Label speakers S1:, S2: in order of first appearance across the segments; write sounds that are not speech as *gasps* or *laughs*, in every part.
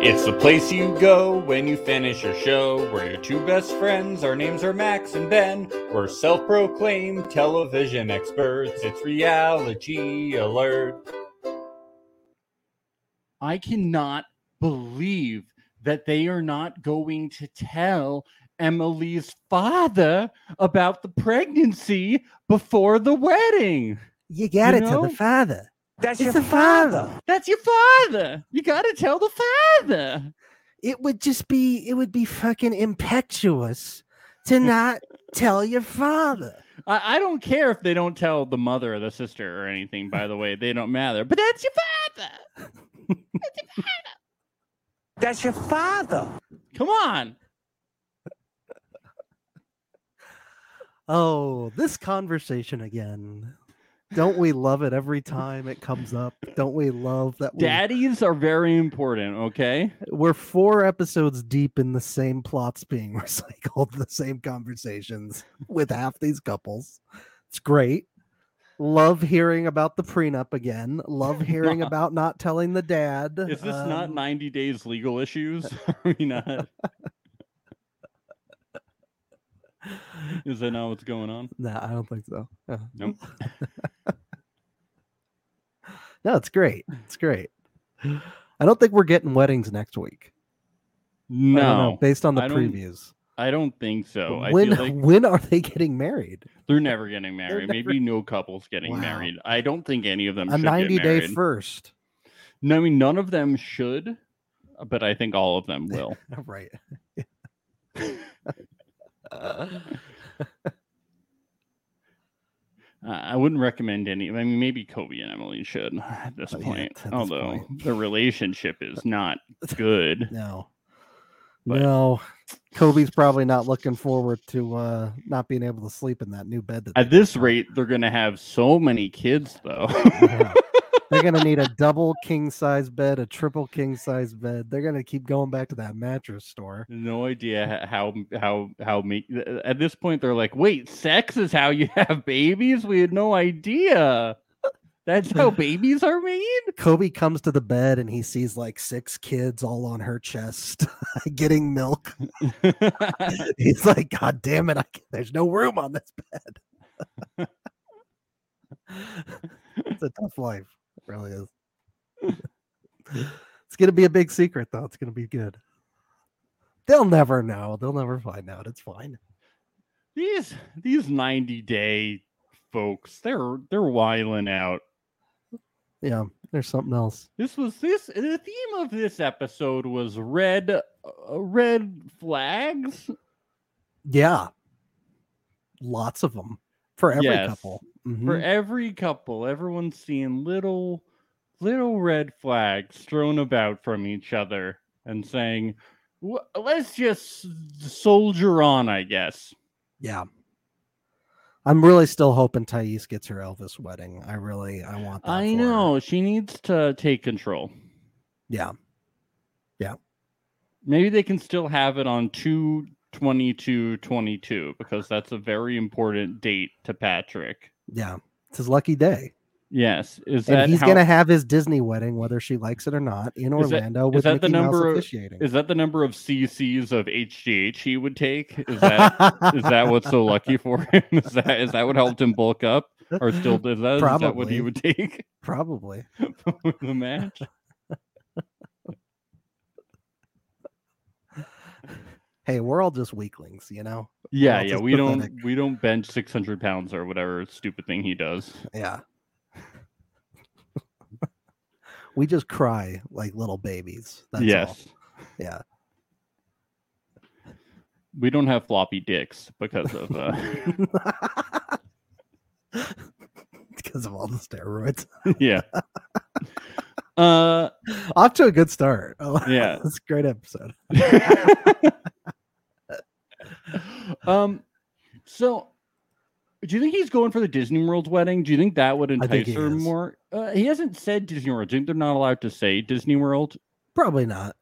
S1: It's the place you go when you finish your show. We're your two best friends. Our names are Max and Ben. We're self proclaimed television experts. It's reality alert.
S2: I cannot believe that they are not going to tell Emily's father about the pregnancy before the wedding.
S3: You got
S2: You
S3: it
S2: know?
S3: to the father.
S4: That's
S3: it's the father.
S2: That's your father. You got to tell the father.
S3: It would just be it would be fucking impetuous
S4: *laughs*
S3: to not tell your father.
S2: I, I don't care if they don't tell the mother or the sister or anything, by the way. They don't matter. But that's your father.
S4: That's your father.
S2: Come on.
S3: Oh, this conversation again. Don't we love it every time it comes up? Don't we love that we,
S2: Daddies are very important,
S3: *laughs*
S2: okay?
S3: we're four episodes deep in the same plots being *laughs* recycled, the same conversations with half these couples? It's great. Love hearing about the prenup again.
S2: *laughs*
S3: Love hearing about not telling the dad.
S2: Is this not
S3: um, *laughs*
S2: 90 days legal issues? Are we not? Is that not what's going on?
S3: No, I don't think so. Uh. Yeah.
S2: Nope.
S3: *laughs* no, it's great. It's great. I don't think we're getting weddings next week. I
S2: No,
S3: don't know, based on the
S2: I don't-
S3: previews.
S2: I don't think so. I
S3: when
S2: feel like
S3: *laughs* when are they getting married?
S2: they're never getting married.
S3: never-
S2: Maybe no couple's getting
S3: Wow.
S2: married. I don't think any of them
S3: A
S2: should get
S3: 90 day
S2: married.
S3: first.
S2: no, I mean none of them should, but I think all of them will.
S3: *laughs* Right.
S2: Uh, I wouldn't recommend any. I mean, maybe Kobe and Emily should at this
S3: Oh, yeah,
S2: point.
S3: at this
S2: although
S3: point.
S2: the relationship
S3: *laughs*
S2: is not good.
S3: No.
S2: But-
S3: No. Kobe's probably not looking forward to uh not being able to sleep in that new bed. That
S2: At
S3: they
S2: this
S3: got.
S2: rate, they're gonna have so many kids, though. *laughs*
S3: Yeah. They're gonna need a double king size bed, a triple king size bed. They're gonna keep going back to that mattress store.
S2: no idea h- how how how me. At this point, they're like, "Wait, sex is how you *laughs* have babies? We had no idea. *laughs* That's
S3: *laughs*
S2: how babies are made." *laughs*
S3: Kobe comes to the bed and he sees like six kids all on her chest *laughs* getting milk. *laughs* He's like, God damn it, I can't, there's no room on this bed. *laughs* it's a tough life. It really is. it's gonna be a big secret though. It's gonna be good. They'll never know. They'll never find out. It's fine.
S2: these these ninety day folks, they're they're wiling out.
S3: Yeah, there's something else.
S2: This was this the theme of this episode was red uh, red flags.
S3: Yeah. Lots of them for every
S2: Yes.
S3: couple.
S2: for e
S3: Mhm.
S2: every couple everyone's seeing little little red flags thrown about from each other and saying "Wh- let's just s- soldier on i guess
S3: Yeah. I'm really still hoping Thais gets her Elvis wedding. I really I want that.
S2: i
S3: for her.
S2: know she needs to take control
S3: Yeah.
S2: maybe they can still have it on 2 22 22 because that's a very important date to patrick
S3: Yeah. It's his lucky day.
S2: yes is
S3: And
S2: that
S3: he's
S2: how-
S3: gonna have his Disney wedding, whether she likes it or not, in
S2: Is that-
S3: Orlando
S2: is
S3: with
S2: that the
S3: Mickey
S2: number
S3: Mouse
S2: of-
S3: officiating.
S2: is that the number of cc's of hgh he would take is
S3: *laughs*
S2: that is that what's so lucky for him? Is that is that what helped him bulk up,
S3: *laughs*
S2: or still is that, is that what
S3: Probably.
S2: he would take *laughs*
S3: probably?
S2: for the match?
S3: Hey, we're all just weaklings, you know?
S2: Yeah,
S3: Well,
S2: yeah.
S3: just
S2: We don't
S3: pathetic.
S2: we don't bench six hundred pounds or whatever stupid thing he does.
S3: Yeah. *laughs* we just cry like little babies. That's all.
S2: yes,
S3: Yeah. *laughs*
S2: we don't have floppy dicks because of
S3: *laughs*
S2: uh, *laughs*
S3: because of all the steroids.
S2: yeah. Uh,
S3: Off to a good start. *laughs* Oh,
S2: Yeah.
S3: it's a great
S2: *laughs*
S3: episode.
S2: um, so do you think he's going for the Disney World wedding? Do you think that would
S3: think
S2: entice
S3: he
S2: her
S3: is.
S2: more? Uh, he hasn't said Disney World. Do you think they're not allowed to say Disney World?
S3: Probably not.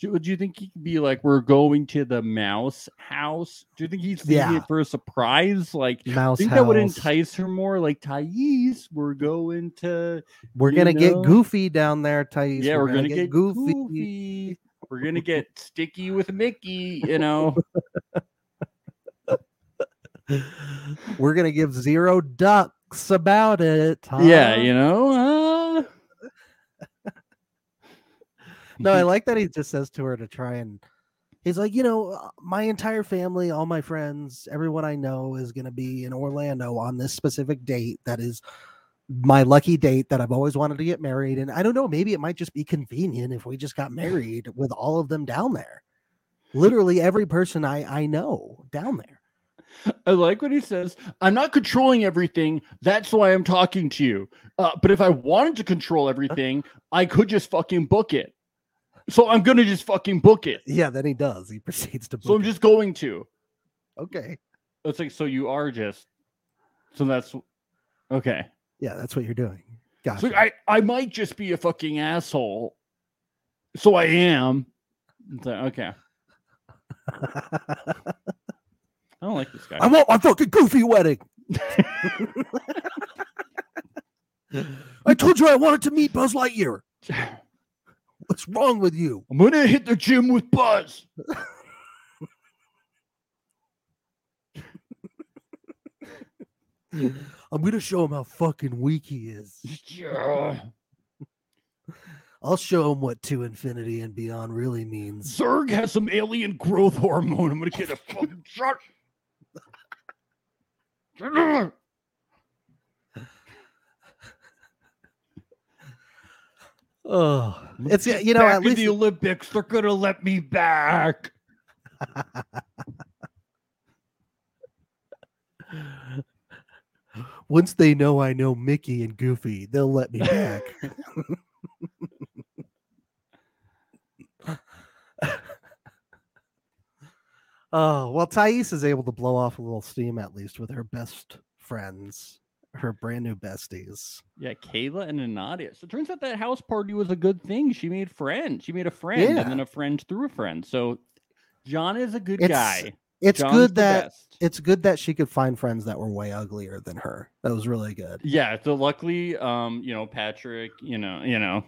S2: Do, would you think he could be like, we're going to the mouse house? Do you think he's leaving
S3: Yeah.
S2: it for a surprise? Like, I
S3: Mouse
S2: think that would
S3: House.
S2: entice her more. Like, Thais, we're going to.
S3: We're
S2: you
S3: gonna
S2: know?
S3: get goofy down there, Thais.
S2: yeah, we're, going to
S3: gonna
S2: get, goofy. We're gonna get sticky with Mickey, you know.
S3: *laughs* We're gonna give zero ducks about it.
S2: Yeah,
S3: huh?
S2: you know. uh.
S3: No,
S2: *laughs*
S3: I like that he just says to her to try and he's like, you know, uh, my entire family, all my friends, everyone I know is going to be in Orlando on this specific date that is my lucky date that I've always wanted to get married and I don't know, maybe it might just be convenient if we just got married with all of them down there. Literally every person I I know down there.
S2: I like what he says. I'm not controlling everything. That's why I'm talking to you. Uh, but if I wanted to control everything, I could just fucking book it. So I'm gonna just fucking book it.
S3: Yeah, then he does. He *laughs* proceeds to
S2: So I'm
S3: book it.
S2: just going to.
S3: okay.
S2: It's like so you are just. So that's okay.
S3: Yeah, that's what you're doing.
S2: So
S3: Gotcha.
S2: I I might just be a fucking asshole. So I am. It's like, okay.
S3: *laughs*
S2: I don't like this guy.
S3: I want my fucking goofy wedding. *laughs* I told you I wanted to meet Buzz
S2: *laughs*
S3: Lightyear.
S2: I'm
S3: What's wrong with you?
S2: gonna hit the gym with Buzz.
S3: I'm gonna show him how fucking weak he is.
S2: Yeah.
S3: I'll show him what to infinity and beyond really means.
S2: Zerg has some alien growth hormone. I'm gonna get a fucking shot.
S3: Oh, it's
S2: Get
S3: you know
S2: back
S3: at
S2: to
S3: least
S2: the Olympics, they're gonna let me back.
S3: once they know I know Mickey and Goofy, they'll let me
S2: *laughs*
S3: back. oh, well, Thais is able to blow off a little steam at least with her best friends, her brand new besties.
S2: Yeah, Kayla and Anadia. So it turns out that house party was a good thing. She made friends. She made a friend,
S3: Yeah.
S2: and then a friend through a friend. So John is a good
S3: It's-
S2: guy.
S3: It's
S2: John's
S3: good
S2: the
S3: that
S2: best.
S3: it's good that she could find friends that were way uglier than her. That was really good.
S2: yeah. So luckily, um, you know, Patrick, you know, you know,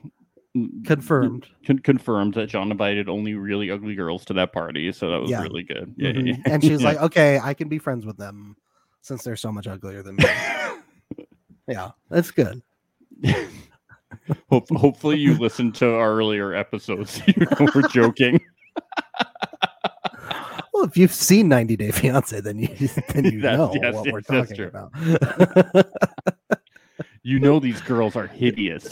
S2: mm,
S3: Confirmed.
S2: con- confirmed that John invited only really ugly girls to that party. So that was
S3: Yeah.
S2: really good. Yeah,
S3: Mhm.
S2: yeah,
S3: And she's
S2: *laughs* Yeah.
S3: like, okay, I can be friends with them since they're so much uglier than
S2: *laughs*
S3: me. yeah, that's good.
S2: yeah. Hope, hopefully, you listened to our earlier episodes. *laughs* you know, we're joking.
S3: Well, if you've seen 90 Day Fiance, then you *laughs* then you
S2: *laughs* That's-
S3: know
S2: yes,
S3: what
S2: yes,
S3: we're
S2: that's
S3: talking
S2: true.
S3: about. *laughs*
S2: You know, these girls are hideous.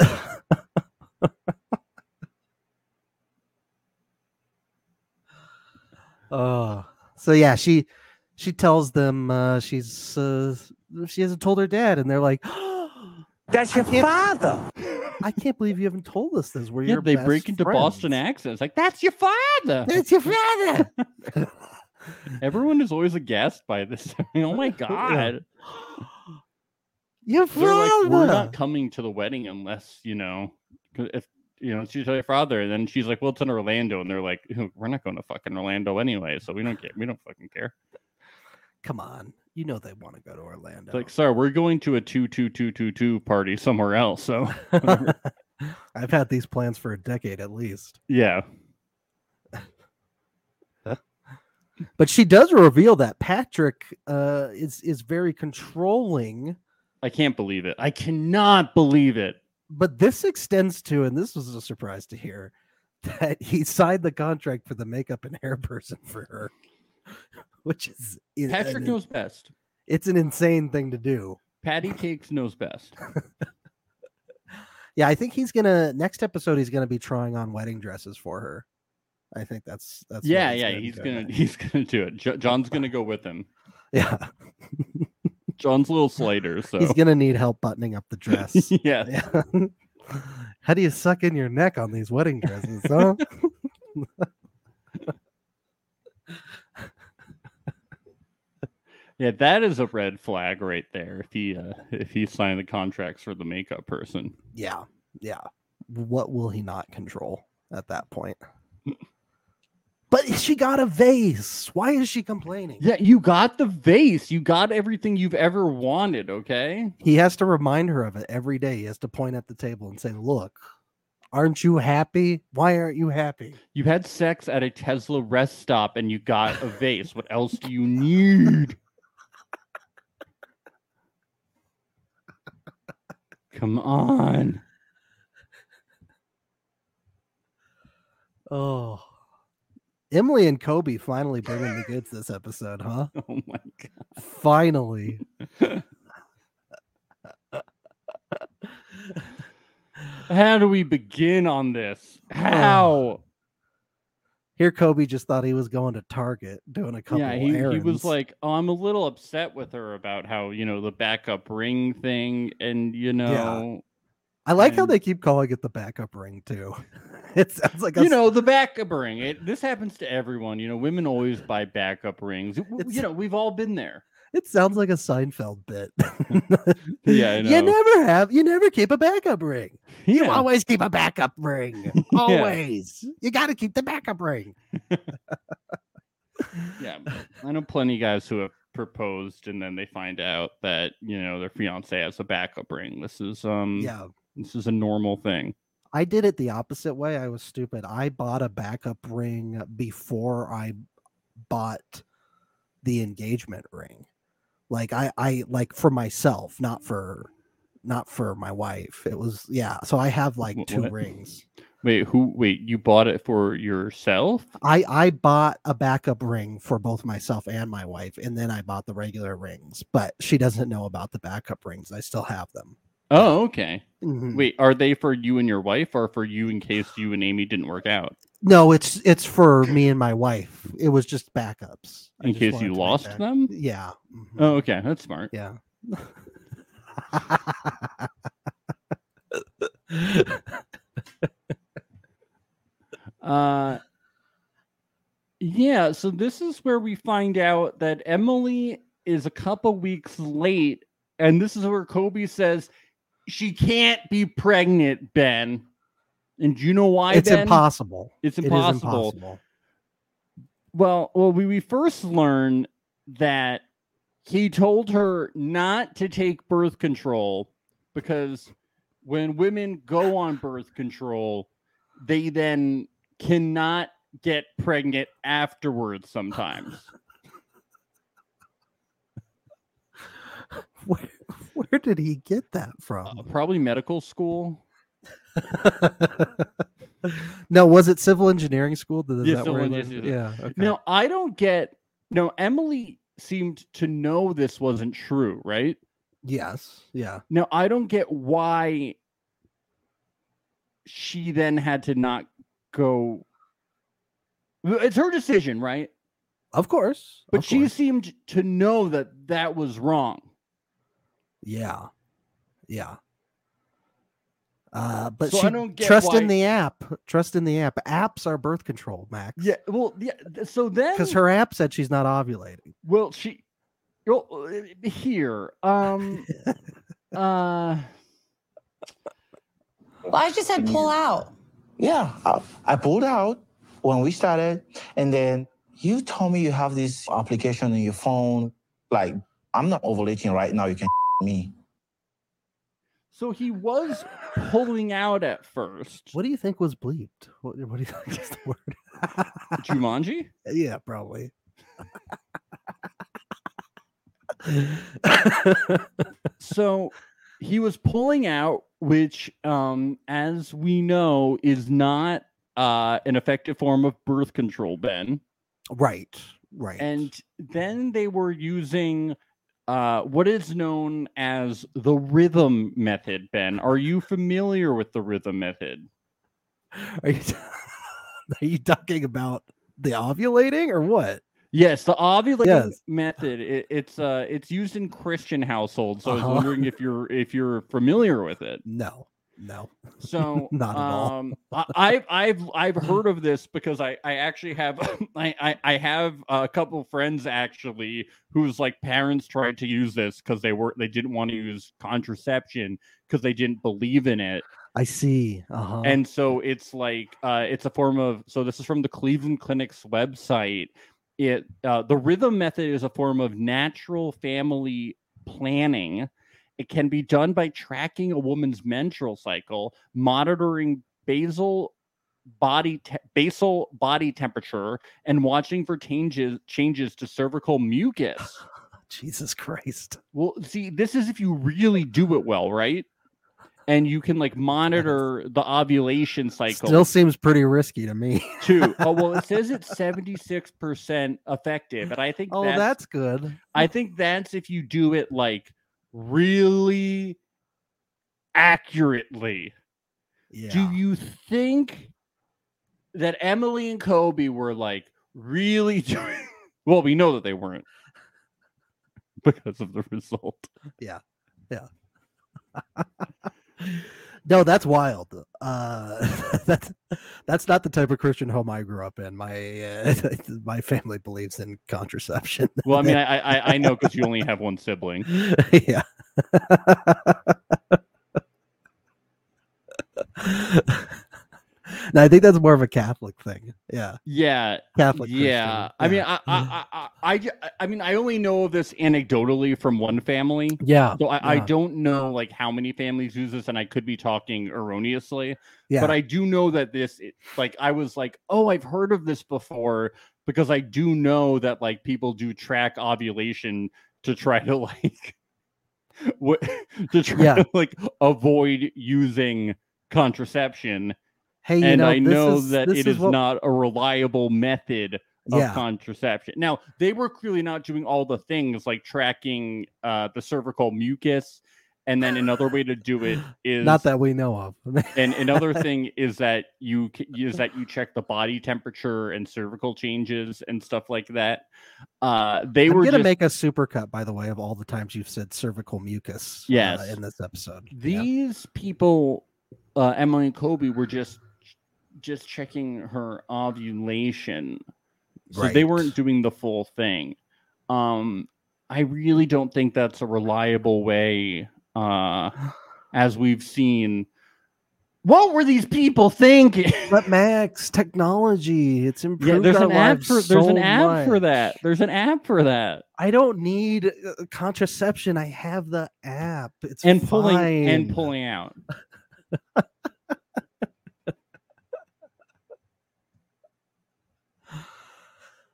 S3: Oh, so yeah, she she tells them uh, she's uh, she hasn't told her dad, and they're like, *gasps*
S4: That's your father.
S3: I can't believe you haven't told us this. We're
S2: Yeah,
S3: your
S2: they
S3: best
S2: break into Boston
S3: friends."
S2: accents. Like, that's your father.
S3: *laughs* That's your father.
S2: Everyone is always aghast by this. *laughs* I mean, oh my god.
S3: your
S2: They're like, we're
S3: father.
S2: not coming to the wedding unless, you know, 'cause if you know, she's your father, and then she's like, Well, it's in Orlando, and they're like, "Ew, We're not going to fucking Orlando anyway, so we don't care. We don't fucking care.
S3: Come on, you know they want to go to Orlando.
S2: It's like, sorry, we're going to a two two two two two party somewhere else. So *laughs* whatever.
S3: *laughs* I've had these plans for a decade at least.
S2: yeah.
S3: But she does reveal that Patrick uh, is is very controlling.
S2: I can't believe it. I cannot believe it.
S3: But this extends to, and this was a surprise to hear, *laughs* that he signed the contract for the makeup and hair person for her, *laughs* which is is an
S2: Patrick
S3: in-
S2: knows best.
S3: it's an insane thing to do.
S2: Patty Cakes knows best.
S3: Yeah, I think he's gonna next episode. He's gonna be trying on wedding dresses for her. I think that's that's what
S2: yeah, yeah,
S3: be
S2: he's
S3: doing
S2: gonna *laughs* he's gonna do it. Jo- John's gonna go with him.
S3: next. *laughs* yeah.
S2: John's a little Slater, so
S3: He's gonna need help buttoning
S2: *laughs*
S3: up the dress.
S2: yeah.
S3: Yeah. *laughs* How do you suck in your neck on these wedding dresses, huh?
S2: Yeah, that is a red flag right there. If he uh, if he signed the contracts for the makeup person,
S3: yeah, yeah. What will he not control at that
S2: *laughs*
S3: point? But she got a vase. Why is she complaining?
S2: yeah, you got the vase, you got everything you've ever wanted. Okay,
S3: He has to remind her of it every day. He has to point at the table and say, "Look, Aren't you happy? Why aren't you happy?
S2: You had sex at a Tesla rest stop and you got a vase. What else do you need? Come on.
S3: Oh. Emily and Kobe finally bringing the goods this episode, huh?
S2: *laughs* Oh my god.
S3: Finally.
S2: How do we begin on this? How?
S3: Here, Kobe just thought he was going to Target doing a couple
S2: yeah, he, he was
S3: errands.
S2: like, "Oh, I'm a little upset with her about how, you know, the backup ring thing and you know,
S3: I like how
S2: and-
S3: they keep calling it the backup ring, too. *laughs* It sounds like a
S2: you know, the backup ring. It, this happens to everyone. You know, women always buy backup rings. W-
S3: It's-
S2: You know, we've all been there.
S3: It sounds like a Seinfeld bit.
S2: *laughs* Yeah, I
S3: *laughs*
S2: know.
S3: You never have. You never keep a backup ring. *laughs* You
S2: Yeah.
S3: always keep a backup
S2: *laughs*
S3: ring. Always. You got to keep the backup ring.
S2: yeah i know plenty of guys who have proposed and then they find out that you know their fiance has a backup ring this is um
S3: Yeah.
S2: this is a normal thing
S3: I did it the opposite way. I was stupid. I bought a backup ring before I bought the engagement ring. Like I I like for myself, not for not for my wife. It was yeah. So I have like
S2: Wh-
S3: two
S2: what?
S3: rings.
S2: wait who wait you bought it for yourself
S3: I I bought a backup ring for both myself and my wife, and then I bought the regular rings. But she doesn't know about the backup rings. I still have them.
S2: oh okay
S3: Mhm.
S2: wait are they for you and your wife or for you in case you and amy didn't work out
S3: No, it's it's for me and my wife. It was just backups I
S2: in
S3: just
S2: case
S3: wanted to
S2: you
S3: make
S2: lost
S3: back-
S2: them
S3: Yeah. mhm,
S2: oh okay that's smart *laughs*
S3: Yeah. *laughs*
S2: Uh yeah, so this is where we find out that Emily is a couple weeks late, and this is where Kobe says she can't be pregnant, Ben. And do you know why?
S3: it's
S2: ben?
S3: impossible.
S2: It's
S3: It is
S2: impossible.
S3: impossible. *laughs*
S2: Well, well, we, we first learn that he told her not to take birth control because when women go on birth control, they then cannot get pregnant afterwards sometimes.
S3: Where, where did he get that from?
S2: Uh, probably medical school.
S3: *laughs* no, was it civil engineering school? Did- is
S2: Yeah,
S3: that
S2: civil
S3: where it
S2: engi-
S3: was?
S2: yeah,
S3: yeah. Okay.
S2: Now, I don't get. No, Emily seemed to know this wasn't true, right?
S3: Yes. Yeah.
S2: Now I don't get why she then had to not go. It's her decision, right?
S3: Of course.
S2: But
S3: of
S2: she
S3: course.
S2: seemed to know that that was wrong.
S3: Yeah. Yeah. Uh, but
S2: So I
S3: she,
S2: don't get
S3: trust
S2: why-
S3: in the app. Trust in the app. Apps are birth control, Max.
S2: Well, yeah. th- So then,
S3: Because her app said she's not ovulating.
S2: well, she, well, uh, here,
S3: *laughs*
S2: um, uh,
S5: Well, I just said pull out.
S4: Yeah, I, I pulled out when we started, and then you told me you have this application on your phone. Like, I'm not ovulating right now. You can *laughs* me.
S2: so he was pulling out at first.
S3: What do you think was bleeped? What, what do you *laughs* think is the word? *laughs*
S2: Jumanji?
S3: yeah, probably.
S2: so he was pulling out which um as we know is not uh an effective form of birth control ben
S3: right. Right.
S2: and then they were using uh what is known as the rhythm method ben are you familiar with the rhythm method
S3: are you, *laughs* are you talking about the ovulating or what?
S2: yes the ovulating
S3: Yes.
S2: method it, it's uh it's used in christian households so i
S3: Uh-huh.
S2: was wondering if you're if you're familiar with it
S3: No. No.
S2: So
S3: Not at all.
S2: um, I, I've I've I've heard of this because I I actually have *laughs* I, I I have a couple friends actually whose like parents tried to use this because they were they didn't want to use contraception because they didn't believe in it
S3: I see. Uh-huh.
S2: and so it's like uh, it's a form of so this is from the cleveland clinic's website it uh, the rhythm method is a form of natural family planning it can be done by tracking a woman's menstrual cycle monitoring basal body te- basal body temperature and watching for changes changes to cervical mucus.
S3: *laughs* *laughs* Jesus Christ.
S2: Well, see, this is if you really do it well, right? And you can like monitor the ovulation cycle
S3: Still seems pretty risky to
S2: *laughs*
S3: me.
S2: too. Oh well, it says it's seventy six percent effective, and I think
S3: Oh,
S2: that's,
S3: that's good.
S2: I think that's if you do it like really accurately.
S3: Yeah.
S2: Do you think that Emily and Kobe were like really *laughs* doing? Well, we know that they weren't *laughs* because of the result.
S3: no, that's wild. Uh, *laughs* that's that's not the type of Christian home I grew up in. My uh, *laughs* my family believes in contraception.
S2: *laughs*
S3: *laughs*
S2: Well, I mean, I I, I know because you only have one sibling.
S3: yeah. *laughs* no, I think that's more of a Catholic thing. Yeah,
S2: Yeah,
S3: Catholic.
S2: yeah.
S3: Christian.
S2: I mean,
S3: Yeah.
S2: I I, I I ju- I mean, I only know of this anecdotally from one family.
S3: yeah,
S2: So I, I
S3: Yeah.
S2: don't know like how many families use this, and I could be talking erroneously,
S3: yeah.
S2: but I do know that this, it- like, I was like, oh, I've heard of this before because I do know that like people do track ovulation to try to *laughs* like, what to try
S3: Yeah.
S2: to like avoid using contraception
S3: hey, you
S2: and
S3: know,
S2: I
S3: this
S2: know
S3: is,
S2: that
S3: this
S2: it is
S3: what-
S2: not a reliable method of
S3: Yeah,
S2: contraception. Now, they were clearly not doing all the things like tracking uh, the cervical mucus. And then another way to do it
S3: *gasps*
S2: is
S3: not that we know of. *laughs*
S2: And another thing is that you c- is that you check the body temperature and cervical changes and stuff like that. Uh, they
S3: I'm
S2: were
S3: gonna
S2: just,
S3: make a supercut, by the way, of all the times you've said cervical mucus. uh,
S2: Yes.
S3: in this episode. Yeah.
S2: these people uh, Emily and Kobe were just just checking her ovulation so they
S3: Right.
S2: weren't doing the full thing um i really don't think that's a reliable way uh as we've seen what were these people thinking
S3: But Max, technology, it's improved.
S2: yeah there's
S3: our
S2: an app
S3: lives
S2: for there's an
S3: so
S2: app for
S3: much.
S2: that there's an app for that
S3: I don't need uh, contraception. I have the app. It's
S2: and pulling
S3: fine.
S2: and pulling out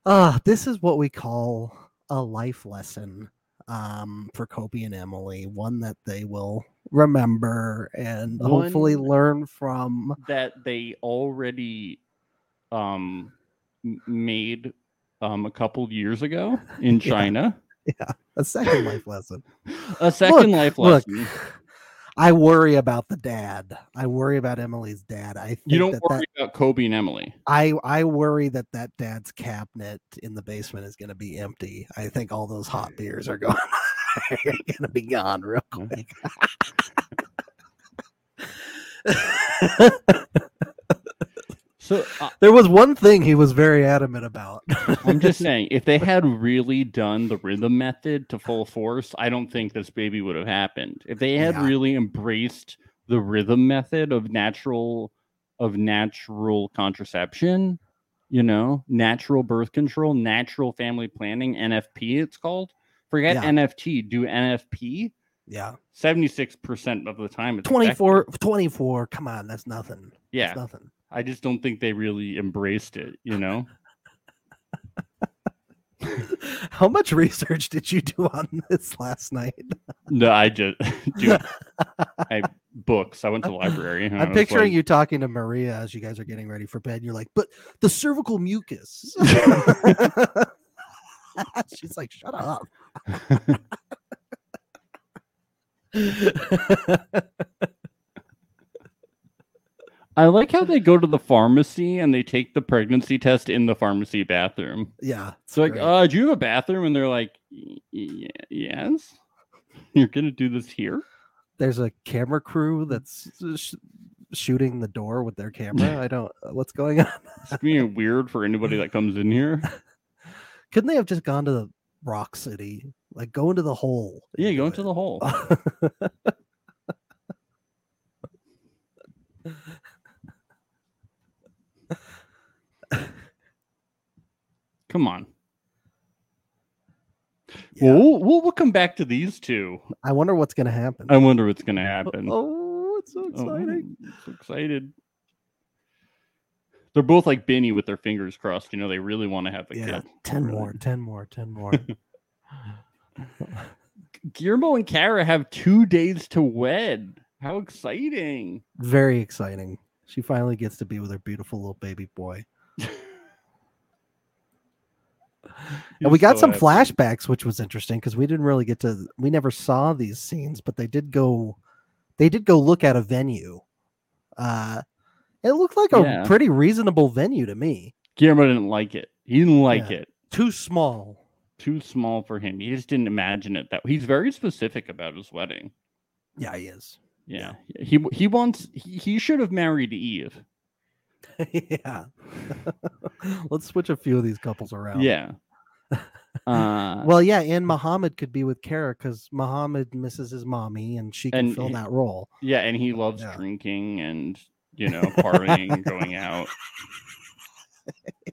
S3: Ah, this is what we call a life lesson um, for Kobe and Emily. One that they will remember and hopefully
S2: One-
S3: learn from.
S2: that they already um m- made um a couple years ago
S3: *laughs*
S2: in
S3: Yeah.
S2: china
S3: A second life lesson.
S2: a second life
S3: Look,
S2: lesson
S3: I worry about the dad. I worry about Emily's dad. I think
S2: you don't
S3: that,
S2: worry
S3: that
S2: about kobe and emily
S3: I I worry that that dad's cabinet in the basement is going to be empty. I think all those hot beers are *laughs* going going to be gone real
S2: Oh
S3: quick.
S2: so uh,
S3: there was one thing he was very adamant about. *laughs*
S2: i'm just saying if they had really done the rhythm method to full force i don't think this baby would have happened if they had
S3: Yeah.
S2: really embraced the rhythm method of natural of natural contraception you know natural birth control natural family planning nfp it's called forget
S3: Yeah.
S2: nft do nfp *laughs*
S3: yeah.
S2: 76% of the time it's effective.
S3: 24 24 come on that's nothing
S2: yeah
S3: that's nothing *laughs*
S2: I just don't think they really embraced it, you know?
S3: how much research did you do on this last night
S2: no, I just *laughs*
S3: *laughs*
S2: dude, I books. I went to the library. and I
S3: i'm
S2: was
S3: picturing
S2: like-
S3: you talking to maria as you guys are getting ready for bed you're like but the cervical mucus *laughs* she's like shut up
S2: I like how they go to the pharmacy and they take the pregnancy test in the pharmacy bathroom.
S3: yeah it's
S2: So like,
S3: great.
S2: uh, do you have a bathroom? And they're like, "Y- y- yes. *laughs* You're gonna do this here?
S3: there's a camera crew that's sh- shooting the door with their
S2: *laughs*
S3: camera i don't uh, what's going on
S2: It's being weird for anybody that comes in
S3: *laughs*
S2: here.
S3: couldn't they have just gone to the rock city like go into the hole and
S2: Yeah,
S3: do
S2: go
S3: it?
S2: into the hole. Come on.
S3: *laughs* Yeah.
S2: Well, we'll, we'll, we'll come back to these two.
S3: I wonder what's going to happen.
S2: I wonder what's going to happen.
S3: Oh, it's so
S2: Oh,
S3: exciting.
S2: I'm so excited. They're both like Benny with their fingers crossed. You know, they really want to have a
S3: yeah,
S2: kid.
S3: 10
S2: really.
S3: more, 10 more, 10 more.
S2: Guillermo and Kara have two days to wed. How exciting!
S3: Very exciting. She finally gets to be with her beautiful little baby boy. And we
S2: He's
S3: got
S2: so
S3: some
S2: happy.
S3: flashbacks, which was interesting because we didn't really get to we never saw these scenes, but they did go they did go look at a venue. Uh it looked like a
S2: Yeah.
S3: pretty reasonable venue to me.
S2: Guillermo didn't like it. He didn't like
S3: Yeah.
S2: it.
S3: Too small.
S2: Too small for him. He just didn't imagine it that. He's very specific about his wedding.
S3: Yeah, he is. *laughs*
S2: Yeah, he he wants. He, he should have married Eve.
S3: yeah. *laughs* Let's switch a few of these couples around. *laughs*
S2: Yeah. Uh,
S3: Well, yeah, and Muhammad could be with Kara because Muhammad misses his mommy and she can
S2: And
S3: fill
S2: he-
S3: that role.
S2: yeah, and he loves
S3: Yeah.
S2: drinking and
S3: *laughs*
S2: you know partying, and going out.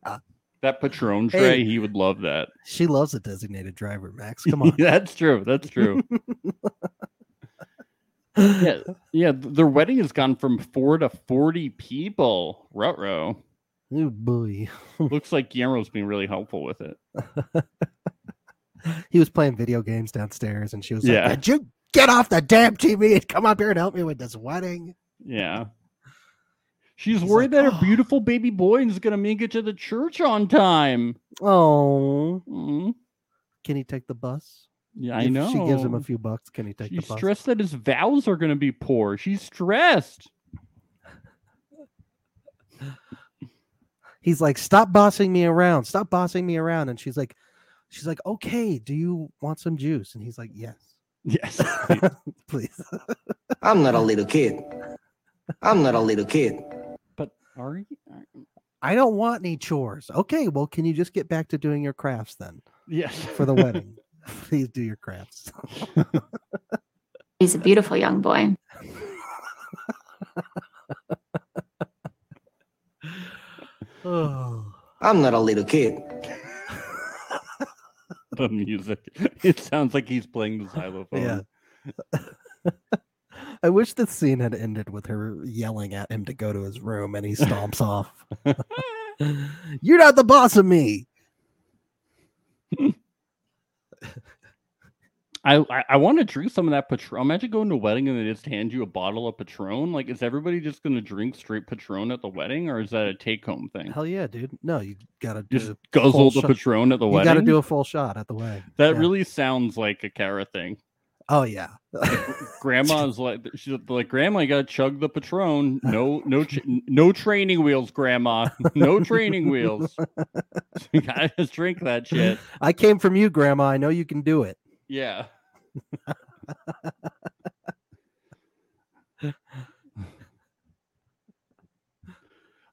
S3: Yeah.
S2: That Patron
S3: Hey.
S2: tray, he would love that.
S3: She loves a designated driver, Max. Come on.
S2: *laughs* that's true.
S3: *laughs*
S2: That's true. yeah, yeah. th- Their wedding has gone from four to forty people. Rutro
S3: Ooh, boy.
S2: looks like Guillermo's being really helpful with it.
S3: He was playing video games downstairs and she was like,
S2: Yeah.
S3: Would you get off the damn TV and come up here and help me with this wedding?
S2: Yeah. She's
S3: He's
S2: worried
S3: like,
S2: that
S3: "Oh."
S2: her beautiful baby boy is gonna make it to the church on time.
S3: Oh,
S2: Mm,
S3: can he take the bus?
S2: Yeah, I
S3: If
S2: know.
S3: She gives him a few bucks. Can he take
S2: She's
S3: the bus?
S2: stressed that his vows are gonna be poor. She's stressed.
S3: He's like, Stop bossing me around. Stop bossing me around. And she's like, She's like, Okay, do you want some juice? And he's like, Yes, *laughs*
S2: Yes.
S3: please.
S6: I'm not a little kid. I'm not a little kid.
S2: but are you? are-
S3: I don't want any chores. Okay, well, can you just get back to doing your crafts then
S2: Yes.
S3: for the
S2: *laughs*
S3: wedding? Please do your crafts.
S7: He's a beautiful young boy.
S3: oh.
S6: I'm not a little kid.
S2: the music. It sounds like he's playing the xylophone.
S3: Yeah.
S2: Um,
S3: *laughs* I wish this scene had ended with her yelling at him to go to his room
S2: *laughs*
S3: and he stomps off. *laughs* You're not the boss of me.
S2: I, I, I want to drink some of that Patron. Imagine going to a wedding and they just hand you a bottle of Patron. Like, is everybody just going to drink straight Patron at the wedding, or is that a take home thing?
S3: Hell yeah, dude. No, you gotta do
S2: Just
S3: the
S2: guzzle the
S3: shot.
S2: Patron at the
S3: you
S2: wedding.
S3: gotta do a full shot at the way.
S2: that
S3: yeah.
S2: really sounds like a
S3: *laughs*
S2: Kara thing.
S3: Oh yeah.
S2: Grandma's like, she's like, Grandma, you gotta chug the Patron. No, no, ch- no training wheels, Grandma. No training
S3: *laughs*
S2: wheels. *laughs* you gotta just drink that shit.
S3: I came from you, Grandma. I know you can do it.
S2: Yeah.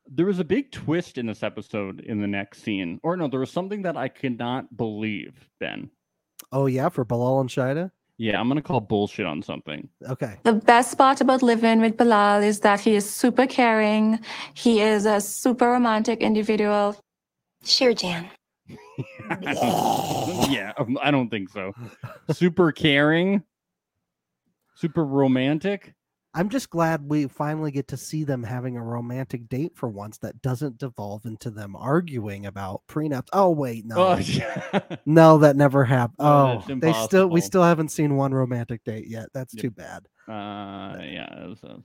S2: there was a big twist in this episode in the next scene. Or no, there was something that I could not believe, Ben.
S3: Oh yeah, for Balal and Shida?
S2: Yeah, I'm gonna call bullshit on something.
S3: Okay.
S8: The best part about living with Bilal is that he is super caring. He is a super romantic individual.
S9: Sure, Jan.
S2: yeah, um, I don't think so. Super caring, super romantic.
S3: I'm just glad we finally get to see them having a romantic date for once that doesn't devolve into them arguing about prenups. Oh wait,
S2: *laughs*
S3: no.
S2: Oh, yeah.
S3: No, that never happened.
S2: No,
S3: Oh,
S2: that's
S3: they still we
S2: impossible.
S3: still haven't seen one romantic date yet. That's
S2: Yep.
S3: too bad.
S2: Uh, yeah, it was a-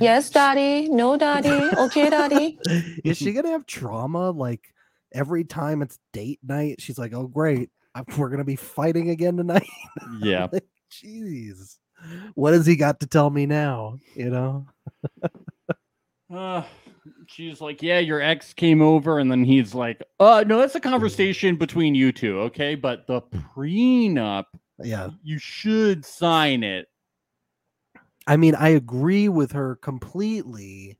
S8: Yes, daddy. No, daddy. Okay,
S7: *laughs*
S8: daddy.
S3: Is she gonna have trauma? Like every time it's date night, she's like, "Oh great, I- we're gonna be fighting again tonight." *laughs*
S2: yeah.
S3: Like, Jeez, what has he got to tell me now? You know?
S2: Uh, she's like, Yeah, your ex came over. And then he's like, Uh, no, that's a conversation between you two. Okay. But the prenup,
S3: Yeah.
S2: you should sign it.
S3: I mean, I agree with her completely.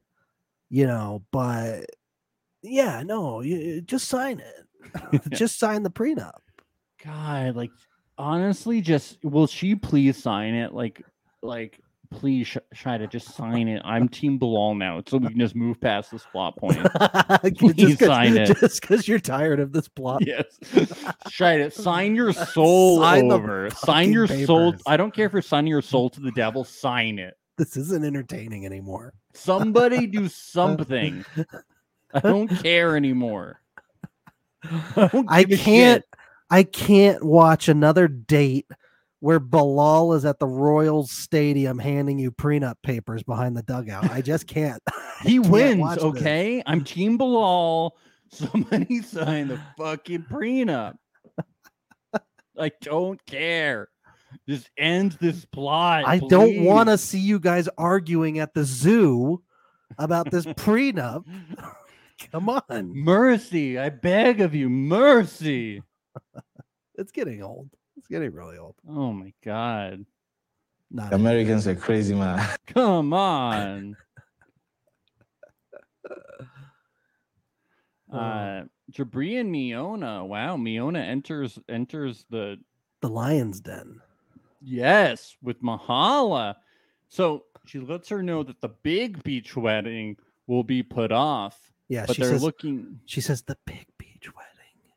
S3: You know, but yeah, no, you, just sign
S2: *laughs*
S3: it. *laughs* just sign the prenup.
S2: God, like, honestly, just will she please sign it? Like, like, please, Sh- Shida, just sign it. I'm Team Bilal now. So we can just move past this
S3: *laughs*
S2: plot point. Please
S3: just
S2: sign it.
S3: because you're tired of this plot.
S2: Yes. Shida, sign your soul
S3: Sign the
S2: over. Sign
S3: fucking
S2: your soul.
S3: papers.
S2: I don't care if you're signing your soul to the devil, sign it.
S3: This isn't entertaining anymore. *laughs*
S2: Somebody do something. I don't care anymore. I, don't
S3: I
S2: give a shit.
S3: can't I can't watch another date where Bilal is at the Royals Stadium handing you prenup papers behind the dugout. I just
S2: *laughs*
S3: can't.
S2: He
S3: can't
S2: wins,
S3: watch this.
S2: okay? I'm Team Bilal. *laughs* Somebody sign the fucking prenup. I don't care. Just end this plot.
S3: I don't want to
S2: please.
S3: see you guys arguing at the zoo about
S2: *laughs*
S3: this prenup. *laughs* Come on.
S2: Mercy, I beg of you, mercy.
S3: It's getting old. It's getting really old.
S2: Oh my god.
S3: Not
S4: Americans are crazy, man.
S3: *laughs*
S2: Come on.
S3: Oh.
S2: uh Jabri and Miona. Wow, Miona enters enters the
S3: the lion's den.
S2: Yes, with Mahala. So she lets her know that the big beach wedding will be put off,
S3: Yeah,
S2: but
S3: she
S2: they're
S3: says
S2: looking.
S3: she says the big beach wedding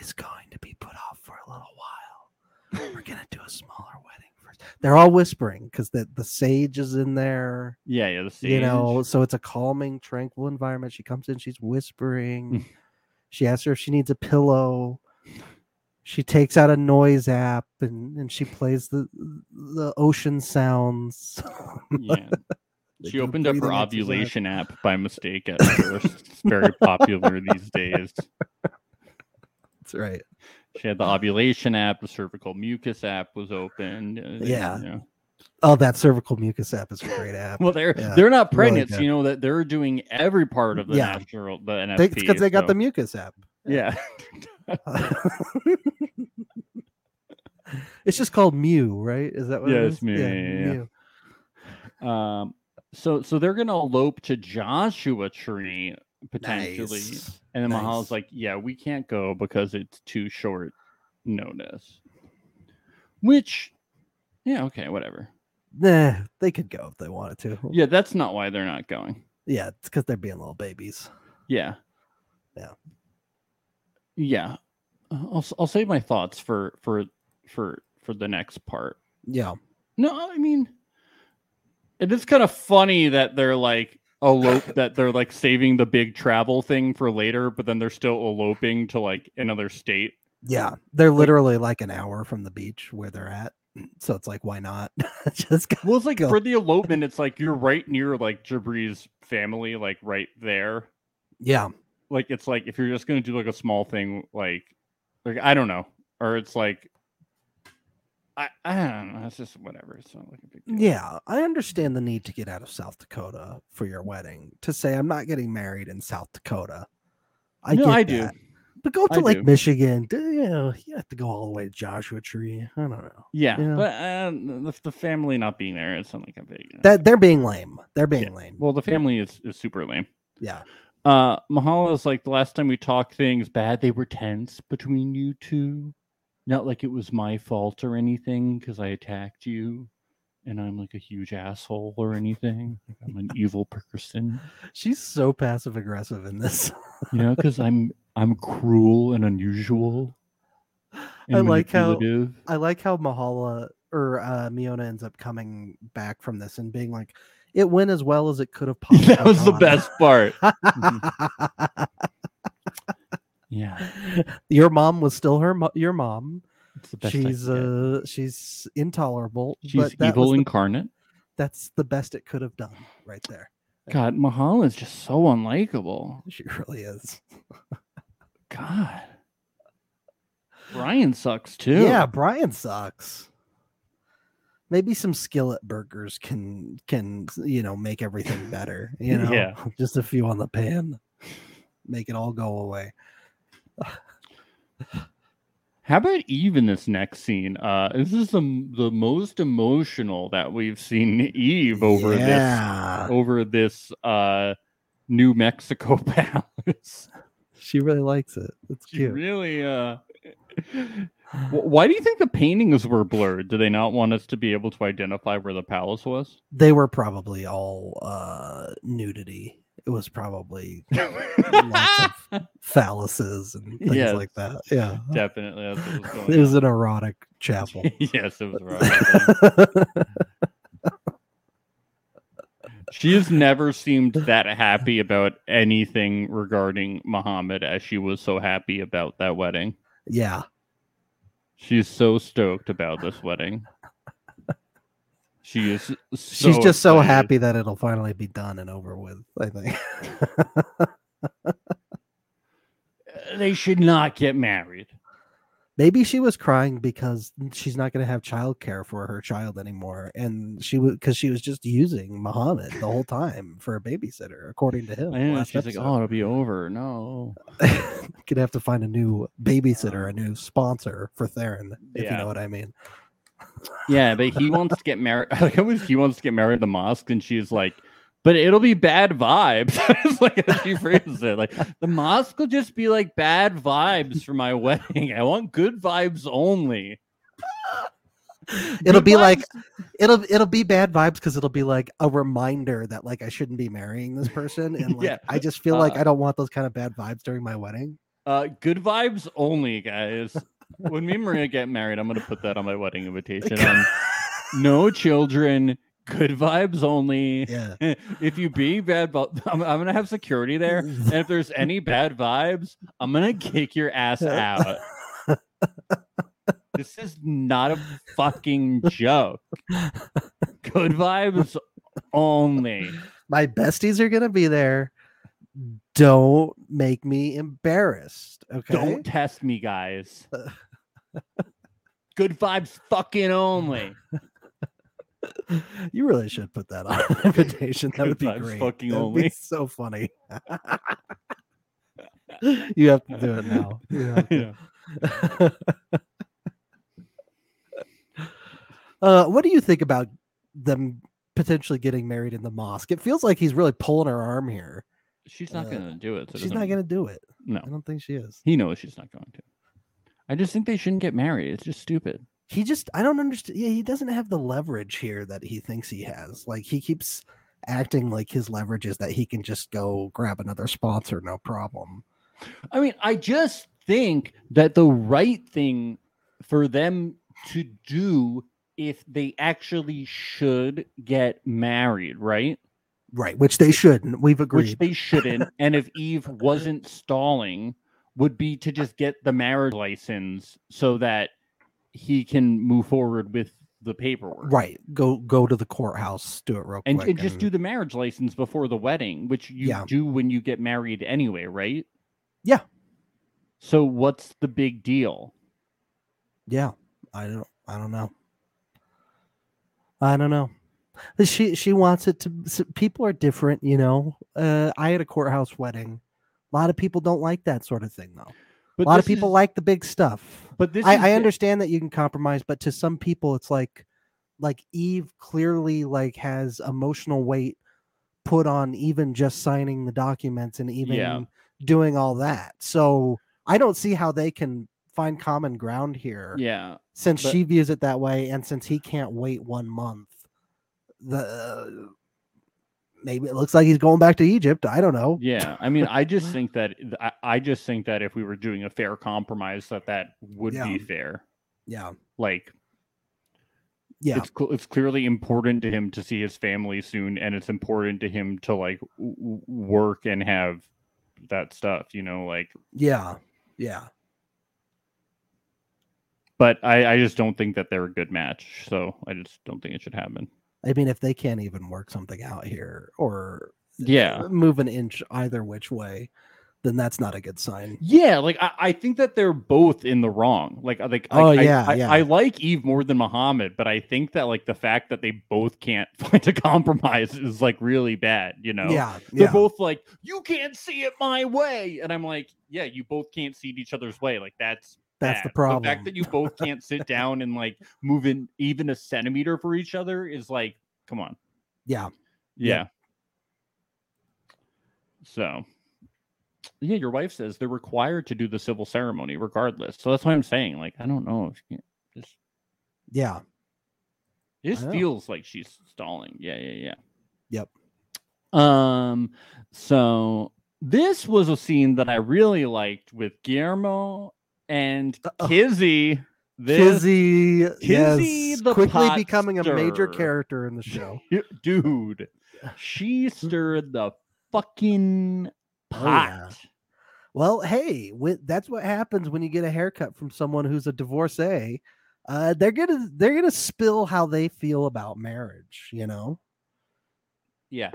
S3: is going to be put off for a little while. *laughs* We're gonna do a smaller wedding first. They're all whispering because the, the sage is in there,
S2: Yeah, yeah, the stage.
S3: you know, so it's a calming, tranquil environment. She comes in, she's whispering. *laughs* she asks her if she needs a pillow. She takes out a noise app and, and she plays the the ocean sounds. *laughs*
S2: Yeah.
S3: They
S2: She
S3: do
S2: opened up her
S3: breathing exercise.
S2: ovulation app by mistake at first. It's very popular these days.
S3: That's right.
S2: She had the ovulation app, the cervical mucus app was open. uh, they-
S3: Yeah.
S2: you know. *laughs*
S3: Oh, that cervical mucus app is a great app.
S2: Well, they're
S3: Yeah,
S2: they're not
S3: really
S2: pregnant, so
S3: good.
S2: you know that they're doing every part of the
S3: Yeah.
S2: natural the NFP.
S3: Because they got
S2: so-
S3: the mucus app.
S2: yeah. *laughs*
S3: *laughs* it's just called Mew, right? Is that what
S2: Yeah,
S3: it
S2: it's
S3: is?
S2: Mew, yeah, yeah, yeah.
S3: Mew.
S2: Um, so so they're gonna elope to Joshua Tree potentially,
S3: Nice.
S2: and then Mahal's
S3: nice.
S2: like, "Yeah, we can't go because it's too short notice." Which, yeah, okay, whatever.
S3: Nah, they could go if they wanted to. Yeah,
S2: Yeah, that's not why they're not going.
S3: it's because they're being little babies.
S2: Yeah,
S3: Yeah.
S2: yeah. I'll s- I'll save my thoughts for for for for the next part.
S3: Yeah.
S2: No, I mean, it is kind of funny that they're like *laughs* elope that they're like saving the big travel thing for later, but then they're still eloping to like another state.
S3: Yeah. They're literally like an hour from the beach where they're at. So it's like, why not? *laughs* just go.
S2: Well, it's like
S3: Go.
S2: for the elopement, it's like you're right near like Jabri's family, like right there.
S3: Yeah.
S2: Like it's like if you're just gonna do like a small thing, like like I don't know, or it's like. I, I don't know. It's just whatever. It's not like a big deal.
S3: Yeah. I understand the need to get out of South Dakota for your wedding to say, I'm not getting married in South Dakota. I
S2: no,
S3: get
S2: I
S3: that.
S2: do.
S3: But go
S2: I
S3: to like
S2: do.
S3: Michigan. Do, you, know, you have to go all the way to Joshua Tree. I don't know.
S2: Yeah,
S3: Yeah.
S2: but uh, the, the family not being there, it's not like a big. uh,
S3: That they're being lame. They're being lame.
S2: Well, the family is, is super lame.
S3: yeah.
S2: Uh, Mahala's like the last time we talked things bad, they were tense between you two. Not like it was my fault or anything because I attacked you and I'm like a huge asshole or anything. Like, I'm an evil person,
S3: She's so passive aggressive in this. *laughs*
S2: you know, because I'm I'm cruel and unusual.
S3: I like how-
S2: manipulative."
S3: I like how Mahala or uh, Miona ends up coming back from this and being like, "It went as well as it could
S2: *laughs*
S3: have possibly."
S2: that was the
S3: gone."
S2: best part. Yeah,
S3: *laughs* your mom was still her mo- your mom.
S2: it's the best. I
S3: she's
S2: can get.
S3: uh she's intolerable.
S2: she's
S3: but that
S2: evil
S3: was the-
S2: incarnate.
S3: that's the best it could have done right there.
S2: God, Mahal is just so unlikable.
S3: She really is.
S2: God. Brian sucks too.
S3: Yeah, Brian sucks. Maybe some skillet burgers can can you know make
S2: *laughs*
S3: everything better. You know,
S2: Yeah.
S3: *laughs* just a few on the pan, make it all go away.
S2: How about Eve in this next scene? Uh this is the the most emotional that we've seen Eve over
S3: yeah,
S2: this over this uh New Mexico *laughs* palace.
S3: she really likes it. It's
S2: She
S3: cute.
S2: really uh Wh- why do you think the paintings were blurred? Do they not want us to be able to identify where the palace was?
S3: they were probably all uh nudity. It was probably lots
S2: *laughs*
S3: of phalluses and things
S2: Yes.
S3: like that. Yeah,
S2: Definitely that's what was
S3: *laughs*
S2: going
S3: it was
S2: on.
S3: an *laughs*
S2: *laughs*
S3: erotic chapel.
S2: yes, it was right. She has never seemed that happy about anything regarding Muhammad as she was so happy about that wedding.
S3: *laughs* Yeah.
S2: She's so stoked about this wedding. She is. So
S3: She's just so
S2: excited.
S3: happy that it'll finally be done and over with, I think. *laughs*
S2: They should not get married.
S3: Maybe she was crying because she's not going to have childcare for her child anymore. And she was, because she was just using Muhammad the whole time for a babysitter, according to him.
S2: I know.
S3: last
S2: She's like,
S3: episode.
S2: oh, it'll be over. No.
S3: *laughs* gonna have to find a new babysitter, a new sponsor for Theron, if you
S2: Yeah.
S3: know what I mean.
S2: Yeah, but he wants to get married. *laughs* Like, I was, he wants to get married in the mosque, and she's like, but it'll be bad vibes. *laughs* it's like how she phrases it. Like the mosque will just be like bad vibes for my *laughs* wedding. I want good vibes only.
S3: It'll
S2: Good
S3: be like
S2: vibes-
S3: it'll it'll be bad vibes because it'll be like a reminder that like I shouldn't be marrying this person, and like
S2: *laughs* Yeah.
S3: I just feel like
S2: Uh,
S3: I don't want those kind of bad vibes during my wedding.
S2: uh, good vibes only, guys. When me and Maria get married, I'm gonna put that on my wedding *laughs* invitation. Um,
S3: *laughs*
S2: no children, good vibes only.
S3: yeah,
S2: if you be bad, vi- I'm, I'm gonna have security *laughs* there. And if there's any bad vibes, I'm gonna kick your ass out.
S3: *laughs*
S2: this is not a fucking joke. Good vibes only.
S3: my besties are gonna be there. Don't make me embarrassed. Okay.
S2: Don't test me, guys. Good vibes fucking only.
S3: You really should put that
S2: *laughs*
S3: on *laughs* an invitation. That
S2: Good
S3: would be
S2: vibes
S3: great.
S2: fucking
S3: That'd
S2: only.
S3: be *laughs* so funny. you have to do it now. You have to.
S2: Yeah.
S3: *laughs* uh, what do you think about them potentially getting married in the mosque? It feels like he's really pulling her arm here.
S2: She's not
S3: Uh,
S2: gonna do it. So it
S3: she's
S2: doesn't-
S3: not going to do it.
S2: No,
S3: I don't think she is.
S2: he knows she's not going to. I just think they shouldn't get married. It's just stupid.
S3: He just, I don't understand. Yeah, he doesn't have the leverage here that he thinks he has. Like he keeps acting like his leverage is that he can just go grab another sponsor, no problem.
S2: I mean, I just think that the right thing for them to do if they actually should get married, right?
S3: Right, which they shouldn't. We've agreed.
S2: Which they
S3: *laughs*
S2: shouldn't. and if Eve wasn't stalling, would be to just get the marriage license so that he can move forward with the paperwork.
S3: right, go go to the courthouse, do it real
S2: And,
S3: quick,
S2: and just do the marriage license before the wedding, which you
S3: Yeah.
S2: do when you get married anyway, right?
S3: Yeah.
S2: So what's the big deal?
S3: Yeah, I don't. I don't know. I don't know. But She she wants it to. s- People are different, you know. Uh, I had a courthouse wedding. A lot of people don't like that sort of thing, though.
S2: But
S3: a lot of
S2: this
S3: people
S2: is-
S3: like the big stuff.
S2: But this is
S3: I, I
S2: the-
S3: understand that you can compromise, but to some people, it's like, like Eve clearly like has emotional weight put on even just signing the documents and even doing all that. So I don't see how they can find common ground here
S2: Yeah.
S3: since
S2: But-
S3: she views it that way and since he can't wait one month the maybe it looks like he's going back to egypt i don't know
S2: Yeah. I mean, I just think that I, I just think that if we were doing a fair compromise, that that would
S3: Yeah.
S2: be fair.
S3: yeah
S2: Like
S3: yeah
S2: it's cl- it's clearly important to him to see his family soon, and it's important to him to like w- w- work and have that stuff, you know. Like,
S3: yeah yeah
S2: but I I just don't think that they're a good match, so I just don't think it should happen.
S3: i mean if they can't even work something out here or uh,
S2: Yeah.
S3: move an inch either which way then that's not a good sign
S2: Yeah, like I, I think that they're both in the wrong. Like, I- like,
S3: Oh,
S2: like, I-
S3: yeah,
S2: I,
S3: yeah.
S2: I like Eve more than Muhammad, but I think that like the fact that they both can't *laughs* find a compromise is like really bad. You know,
S3: yeah
S2: they're
S3: yeah
S2: both like, you can't see it my way, and I'm like, yeah, you both can't see it each other's way. Like that's
S3: that's the
S2: bad.
S3: problem
S2: *laughs* The fact that you both can't sit down and like move in even a centimeter for each other is like, come on,
S3: yeah
S2: yeah.
S3: Yep.
S2: So, yeah, your wife says they're required to do the civil ceremony regardless. So that's why I'm saying, like, I don't know if you can, just
S3: yeah
S2: it just
S3: know.
S2: feels like she's stalling. Yeah, yeah, yeah.
S3: Yep.
S2: Um. So this was a scene that I really liked with Guillermo and
S3: Uh-oh.
S2: Kizzy. This
S3: Kizzy,
S2: Kizzy
S3: yes,
S2: the
S3: quickly
S2: pot
S3: becoming a major
S2: stirrer.
S3: character in the show.
S2: *laughs* dude, She stirred the fucking pot.
S3: Oh, yeah. Well, hey, wi- that's what happens when you get a haircut from someone who's a divorcee. Uh, they're gonna they're gonna spill how they feel about marriage. You know,
S2: yeah.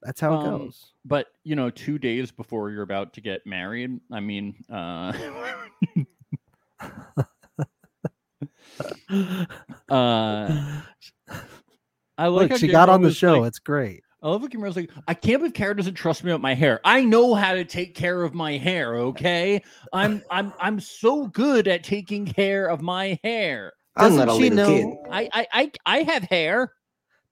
S3: that's how it
S2: Um,
S3: goes.
S2: But you know, two days before you're about to get married, I mean, uh, *laughs* uh I like
S3: Look,
S2: how
S3: she got
S2: Gabriel
S3: on the
S2: was
S3: show.
S2: like-
S3: it's great.
S2: I love how Kimura's like, I can't believe Kara doesn't trust me with my hair. I know how to take care of my hair, okay? I'm I'm I'm so good at taking care of my hair.
S6: I'm not a
S3: Doesn't she
S6: little
S3: know?
S6: kid.
S2: I I I, I have hair.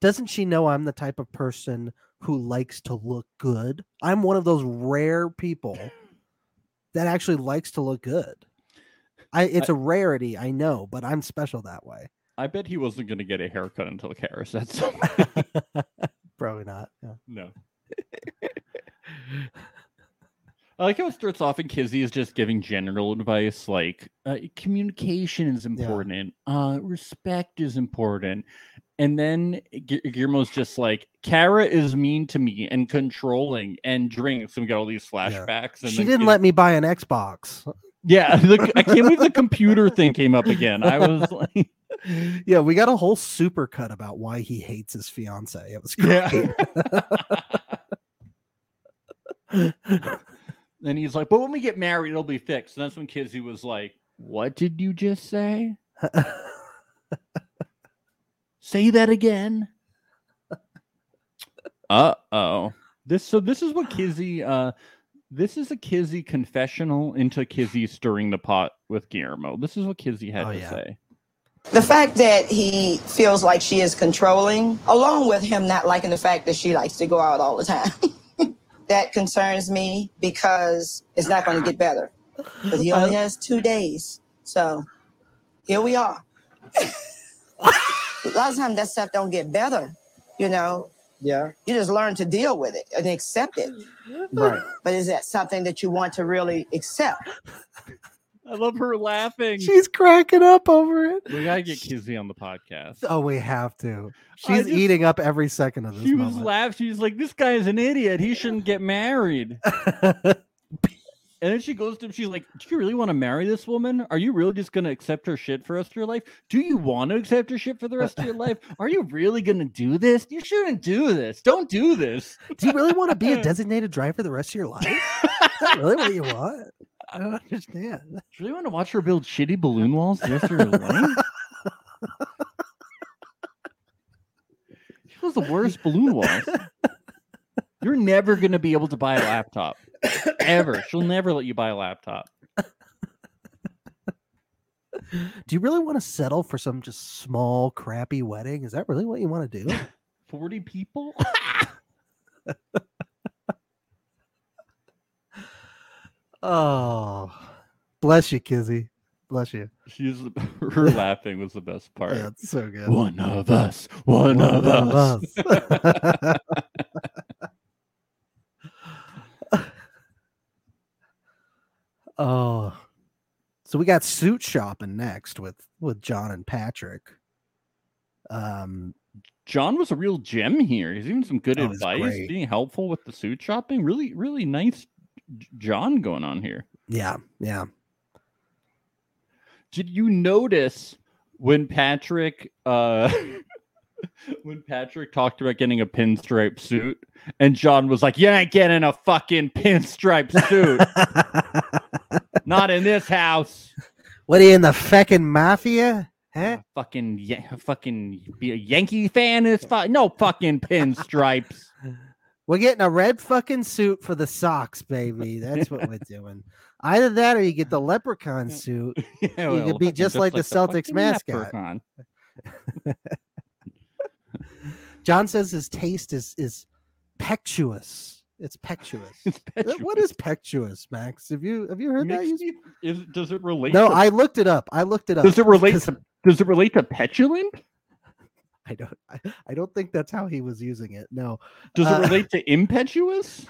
S3: Doesn't she know I'm the type of person who likes to look good? I'm one of those rare people that actually likes to look good. I it's a rarity, I know, but I'm special that
S2: *laughs*
S3: way.
S2: I bet he wasn't gonna get a haircut until Kara said
S3: Probably not. Yeah.
S2: No. I like how it starts off and Kizzy is just giving general advice like uh, communication is important, uh, respect is important. And then Gu- Guillermo's just like, Kara is mean to me and controlling and drinks. And we got all these flashbacks. And
S3: She
S2: then
S3: didn't
S2: Kiz-
S3: let me buy an Xbox. *laughs*
S2: Yeah. *laughs* The, I can't believe the computer thing came up again.
S3: *laughs*
S2: I was like,
S3: yeah, we got a whole super cut about why he hates his fiance. It was great.
S2: Yeah. and he's like, but when we get married, it'll be fixed. And that's when Kizzy was like, What did you just say? *laughs* Say that again. Uh oh. This so this is what Kizzy uh this is a Kizzy confessional into Kizzy stirring the pot with Guillermo. This is what Kizzy had
S3: Oh,
S2: to
S3: yeah.
S2: say.
S5: The fact that he feels like she is controlling, along with him not liking the fact that she likes to go out all the time, *laughs* that concerns me because it's not going to get better. But he only has two days. So here we are. a lot of times that stuff don't get better, you know?
S9: Yeah.
S5: You just learn to deal with it and accept it.
S9: Right.
S5: But is that something that you want to really accept?
S2: I love her
S3: *laughs*
S2: laughing.
S3: She's cracking up over it.
S2: we gotta get Kizzy on the podcast.
S3: Oh, we have to. She's
S2: just-
S3: eating up every second of this
S2: She was
S3: moment.
S2: laughing. She's like, "This guy is an idiot. He shouldn't
S3: *laughs*
S2: get married." And then she goes to him. She's like, "Do you really want to marry this woman? Are you really just going to accept her shit for the rest of your life? Do you want to accept her shit for the rest of your life? Are you really going to do this? You shouldn't do this. Don't do this."
S3: Do you really want to
S2: *laughs*
S3: be a designated driver the rest of your life? Is that really what you want? I don't understand.
S2: Do you really want to watch her build shitty balloon walls the rest of her life? she was the worst balloon walls. You're never going to be able to buy a laptop. Ever. She'll never let you buy a laptop.
S3: Do you really want to settle for some just small, crappy wedding? Is that really what you want to do?
S2: 40 people?
S3: Oh, bless you, Kizzy. Bless you.
S2: She's her laughing was the best part.
S3: Yeah, it's so good.
S2: One of us, one,
S3: One
S2: of, us.
S3: us. *laughs* oh, so we got suit shopping next with with John and Patrick. Um,
S2: John was a real gem here. He's giving some good
S3: Oh, he's
S2: advice,
S3: great.
S2: being helpful with the suit shopping. Really, really nice J- John going on here.
S3: yeah, yeah. *laughs*
S2: Did you notice when Patrick uh *laughs* when Patrick talked about getting a pinstripe suit and John was like, You ain't getting a fucking pinstripe suit.
S3: *laughs*
S2: Not in this house.
S3: what are you in the fucking mafia?
S2: *laughs*
S3: Huh?
S2: a fucking Ya- a fucking be a Yankee fan is fu- no
S3: *laughs*
S2: fucking pinstripes.
S3: We're getting a red fucking suit for the socks, baby. That's what we're doing. Either that, or you get the leprechaun suit.
S2: Yeah, well,
S3: could be
S2: fucking
S3: just like the Celtics
S2: fucking
S3: mascot.
S2: leprechaun.
S3: John says his taste is is pectuous. It's pectuous.
S2: *laughs* It's
S3: Uh, *laughs* What
S2: petulant.
S3: is pectuous, Max? Have you have you heard that?
S2: Makes
S3: used?
S2: me- is- does it relate?
S3: No,
S2: to,
S3: I looked it up. I looked it up.
S2: does it relate
S3: 'cause
S2: to does it relate to petulant?
S3: I don't. I, I don't think that's how he was using it. No.
S2: Does
S3: Uh,
S2: it relate to impetuous?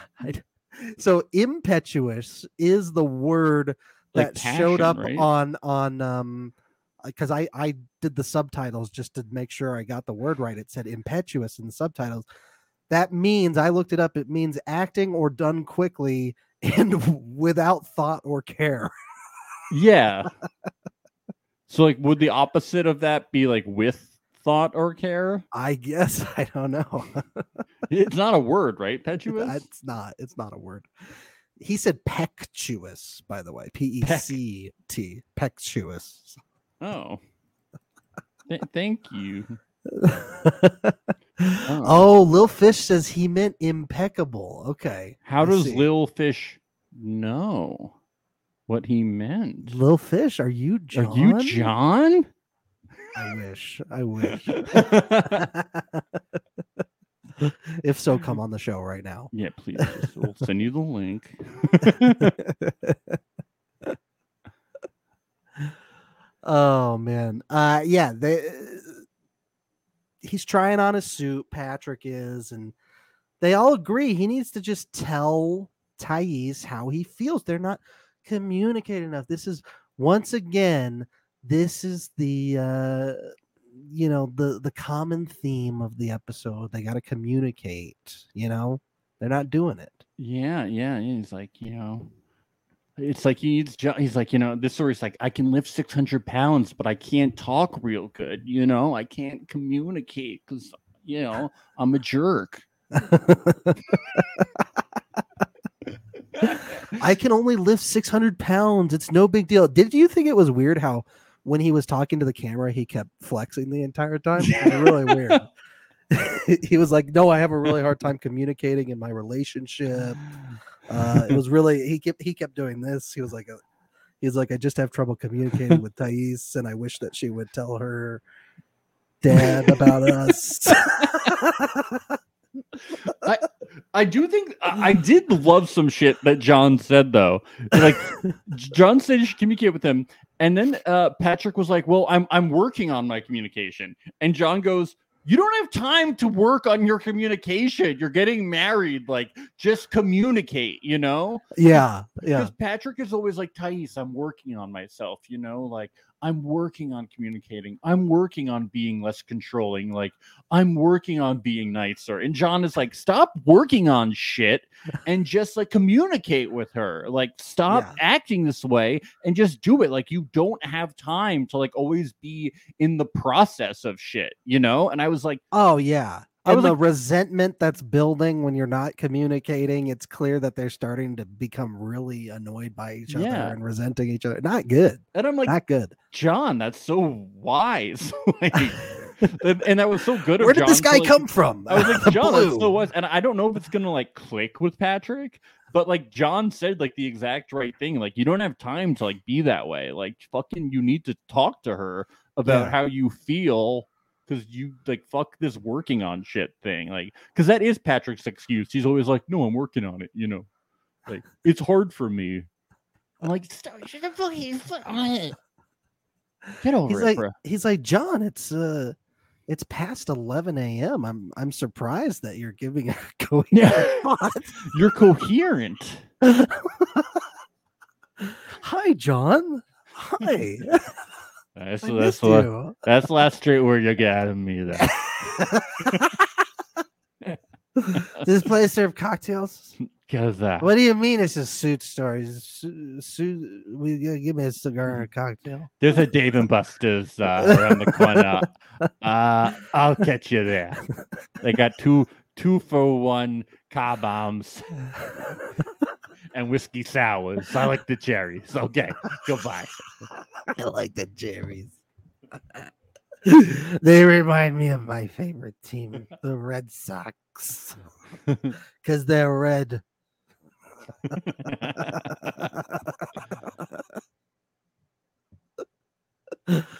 S3: So impetuous is the word
S2: Like
S3: that showed
S2: passion,
S3: up
S2: right?
S3: on on um because I I did the subtitles just to make sure I got the word right. It said impetuous in the subtitles. That means I looked it up. It means acting or done quickly *laughs* and without thought or care.
S2: Yeah. so like would the opposite of that be like with thought or care?
S3: I guess *laughs* I don't know.
S2: It's not a word, right? Petuous?
S3: *laughs* it's not. It's not a word. He said pectuous, by the way. P E C T. Pectuous.
S2: Oh. *laughs* Th- thank you.
S3: oh, Lil Fish says he meant impeccable. Okay.
S2: How
S3: I
S2: does
S3: see.
S2: Lil Fish know what he meant?
S3: Lil Fish, are you John?
S2: Are you John?
S3: I wish. I
S2: *laughs*
S3: wish. *laughs*
S2: yeah,
S3: if so, come on the show right now.
S2: please. just- we'll send you the link. *laughs*
S3: oh man. Uh yeah, they he's trying on a suit, Patrick is, and they all agree he needs to just tell Thais how he feels. They're not communicating enough. This is once again, this is the uh you know the the common theme of the episode. They gotta communicate, you know? They're not doing it.
S2: Yeah, yeah. yeah, He's like, you know, it's like he needs. Jo- he's like, you know, this story's like, I can lift six hundred pounds, but I can't talk real good. You know, I can't communicate because you know I'm a jerk. *laughs*
S3: I can only lift 600 pounds. It's no big deal. Did you think it was weird how when he was talking to the camera, he kept flexing the entire time? It was really weird. *laughs* he was like, No, I have a really hard time communicating in my relationship. Uh, it was really, he kept, he kept doing this. He was like, a, He's like, I just have trouble communicating with Thais, and I wish that she would tell her dad about us. *laughs*
S2: I do think I, I did love some shit that John said though. *laughs* Like John said you should communicate with him. And then uh, Patrick was like, Well, I'm I'm working on my communication. And John goes, You don't have time to work on your communication. You're getting married. Like, just communicate, you know?
S3: yeah, yeah.
S2: Because Patrick is always like, Thais, I'm working on myself, you know, like I'm working on communicating. I'm working on being less controlling. Like I'm working on being nicer. And John is like, stop working on
S3: *laughs*
S2: shit and just like communicate with her. Like stop
S3: Yeah.
S2: acting this way and just do it. Like you don't have time to like always be in the process of shit, you know? And I was like,
S3: Oh yeah.
S2: I
S3: And
S2: was
S3: the
S2: like-
S3: resentment that's building when you're not communicating, it's clear that they're starting to become really annoyed by each other
S2: Yeah.
S3: and resenting each other. Not good.
S2: and I'm like,
S3: not good.
S2: John, that's so wise. *laughs*
S3: *laughs*
S2: like, and and that was so good. of
S3: Where did this
S2: John
S3: guy
S2: to, like,
S3: come from?
S2: I was
S3: The *laughs*
S2: like, John, that
S3: blue."
S2: still was. And I don't know if it's gonna like click with Patrick, but like John said like the exact right thing. Like, you don't have time to like be that way. Like fucking you need to talk to her about
S3: Yeah.
S2: how you feel because you like fuck this working on shit thing. Like, because that is Patrick's excuse. He's always like, No, I'm working on it, you know. Like, it's hard for me. I'm like, "Stop- you should have fucking put on it. Get over
S3: He's
S2: it,
S3: like,
S2: bro.
S3: he's like, John, it's uh it's past eleven AM. I'm I'm surprised that you're giving a *laughs* coherent
S2: Yeah.
S3: thought.
S2: *laughs* You're coherent.
S3: Hi,
S2: *laughs*
S3: John. Hi. *laughs*
S2: That's,
S3: I
S2: that's,
S3: missed
S2: the-
S3: you.
S2: That's the last straight word you got out of me, though.
S3: Does this place serve cocktails?
S2: Because uh,
S3: What do you mean it's a suit story? Su- suit, we g- give me a cigar and a cocktail.
S2: there's a Dave and Buster's uh, around the corner. Uh, I'll catch you there. They got two two for one car bombs and whiskey sours. I like the cherries. Okay, goodbye.
S3: *laughs* I like the Jerry's. *laughs* they remind me of my favorite team, the Red *laughs* Sox, because they're red. *laughs*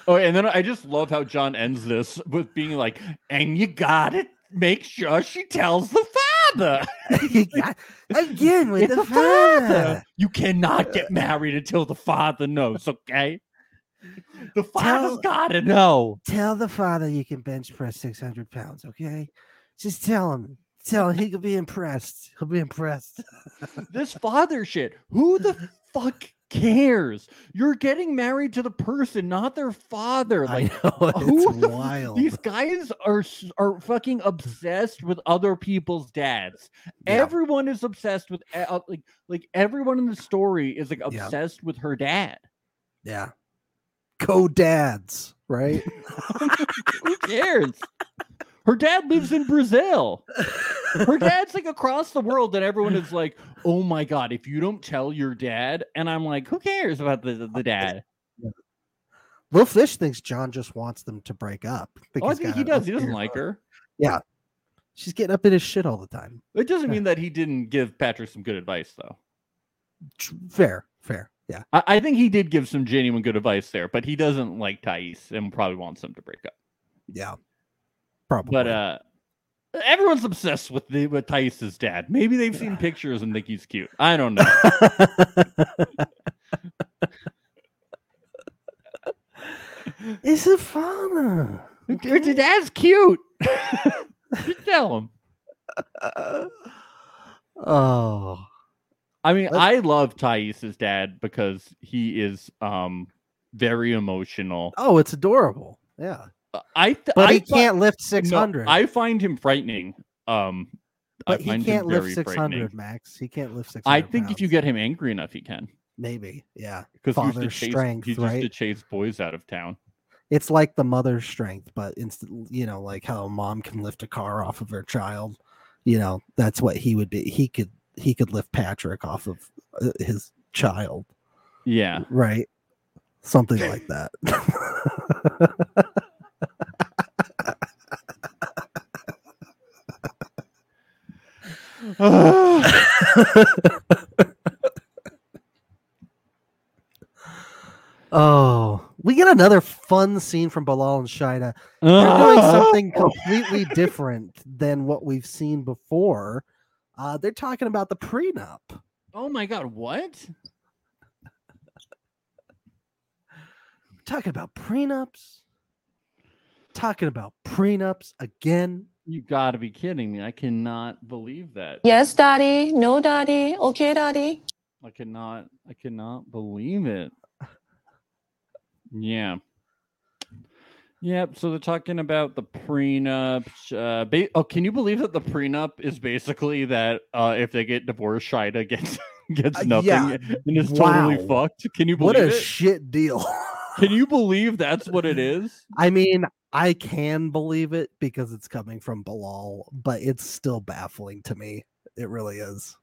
S2: oh, and then I just love how John ends this with being like, "And you got it. Make sure she tells the father."
S3: You got- Again with
S2: It's
S3: the
S2: a father.
S3: father. Uh,
S2: You cannot get married until the father knows,
S3: *laughs*
S2: okay? The father's
S3: Tell-
S2: gotta know.
S3: Tell the father you can bench press 600 pounds, okay? Just tell him. Tell him he could be impressed. He'll be impressed.
S2: This father shit. Who the fuck cares? You're getting married to the person, not their father.
S3: I
S2: *laughs* Like,
S3: know
S2: who-
S3: it's wild.
S2: These guys are s- are fucking obsessed with other people's dads. Everyone is obsessed with e- uh, like like everyone in the story is like
S3: Yeah.
S2: obsessed with her dad.
S3: Yeah. Co-dads, right?
S2: Who cares? Her dad lives in Brazil. Her dad's like across the world, and everyone is like, "Oh my god, if you don't tell your dad," and I'm like, "Who cares about the the, the dad?"
S3: Lil Fish thinks John just wants them to break up.
S2: Oh, I
S3: he's
S2: think
S3: got
S2: he
S3: an
S2: does. *laughs* He doesn't
S3: ulterior
S2: like
S3: motive.
S2: her.
S3: She's getting up in his shit all the time.
S2: It doesn't
S3: Yeah.
S2: *laughs* mean that he didn't give Patrick some good advice, though.
S3: Tr- Fair, fair. Yeah.
S2: I, I think he did give some genuine good advice there, but he doesn't like Thais and probably wants them to break up.
S3: Yeah. Probably.
S2: But uh everyone's obsessed with the with Thais's dad. Maybe they've *sighs* seen pictures and think he's cute. I don't *laughs* know.
S3: it's a fun.
S2: Your- Your dad's cute. *laughs* Just tell him.
S3: Uh, oh.
S2: I mean,
S3: Let's-
S2: I love Thais's dad because he is um very emotional.
S3: Oh, it's adorable. Yeah.
S2: I th-
S3: But
S2: I
S3: he
S2: fi-
S3: can't lift
S2: no,
S3: 600.
S2: I find him frightening. Um I
S3: but he
S2: find
S3: can't
S2: him
S3: lift
S2: very
S3: 600,
S2: frightening.
S3: Max. He can't lift 600.
S2: I think if you
S3: pounds.
S2: get him angry enough, he can.
S3: Maybe. Yeah.
S2: because he used to
S3: father's
S2: chase,
S3: strength,
S2: he used to
S3: right?
S2: chase boys out of town.
S3: It's like the mother's strength, but instant, you know, like how a mom can lift a car off of her child. You know, that's what he would be. He could he could lift Patrick off of uh, his child,
S2: Yeah,
S3: right? Something like that. oh, we get another fun scene from Balal and Shida. They're
S2: *laughs*
S3: doing something completely different than what we've seen before. Uh, they're talking about the prenup.
S2: Oh my god, what?
S3: Talking about prenups. Talking about prenups again.
S2: You got to be kidding me! I cannot believe that.
S8: Yes, daddy. No, daddy. Okay, daddy.
S2: I cannot. I cannot believe it. Yeah. Yep. So they're talking about the prenup. Uh, ba- oh, can you believe that the prenup is basically that uh, if they get divorced, Shida gets *laughs*
S3: Uh,
S2: gets nothing
S3: yeah.
S2: and is totally
S3: Wow.
S2: fucked. Can you
S3: What
S2: believe
S3: a
S2: it?
S3: shit deal. *laughs*
S2: can you believe that's what it is?
S3: I mean, I can believe it because it's coming from Balal, but it's still baffling to me. It really is.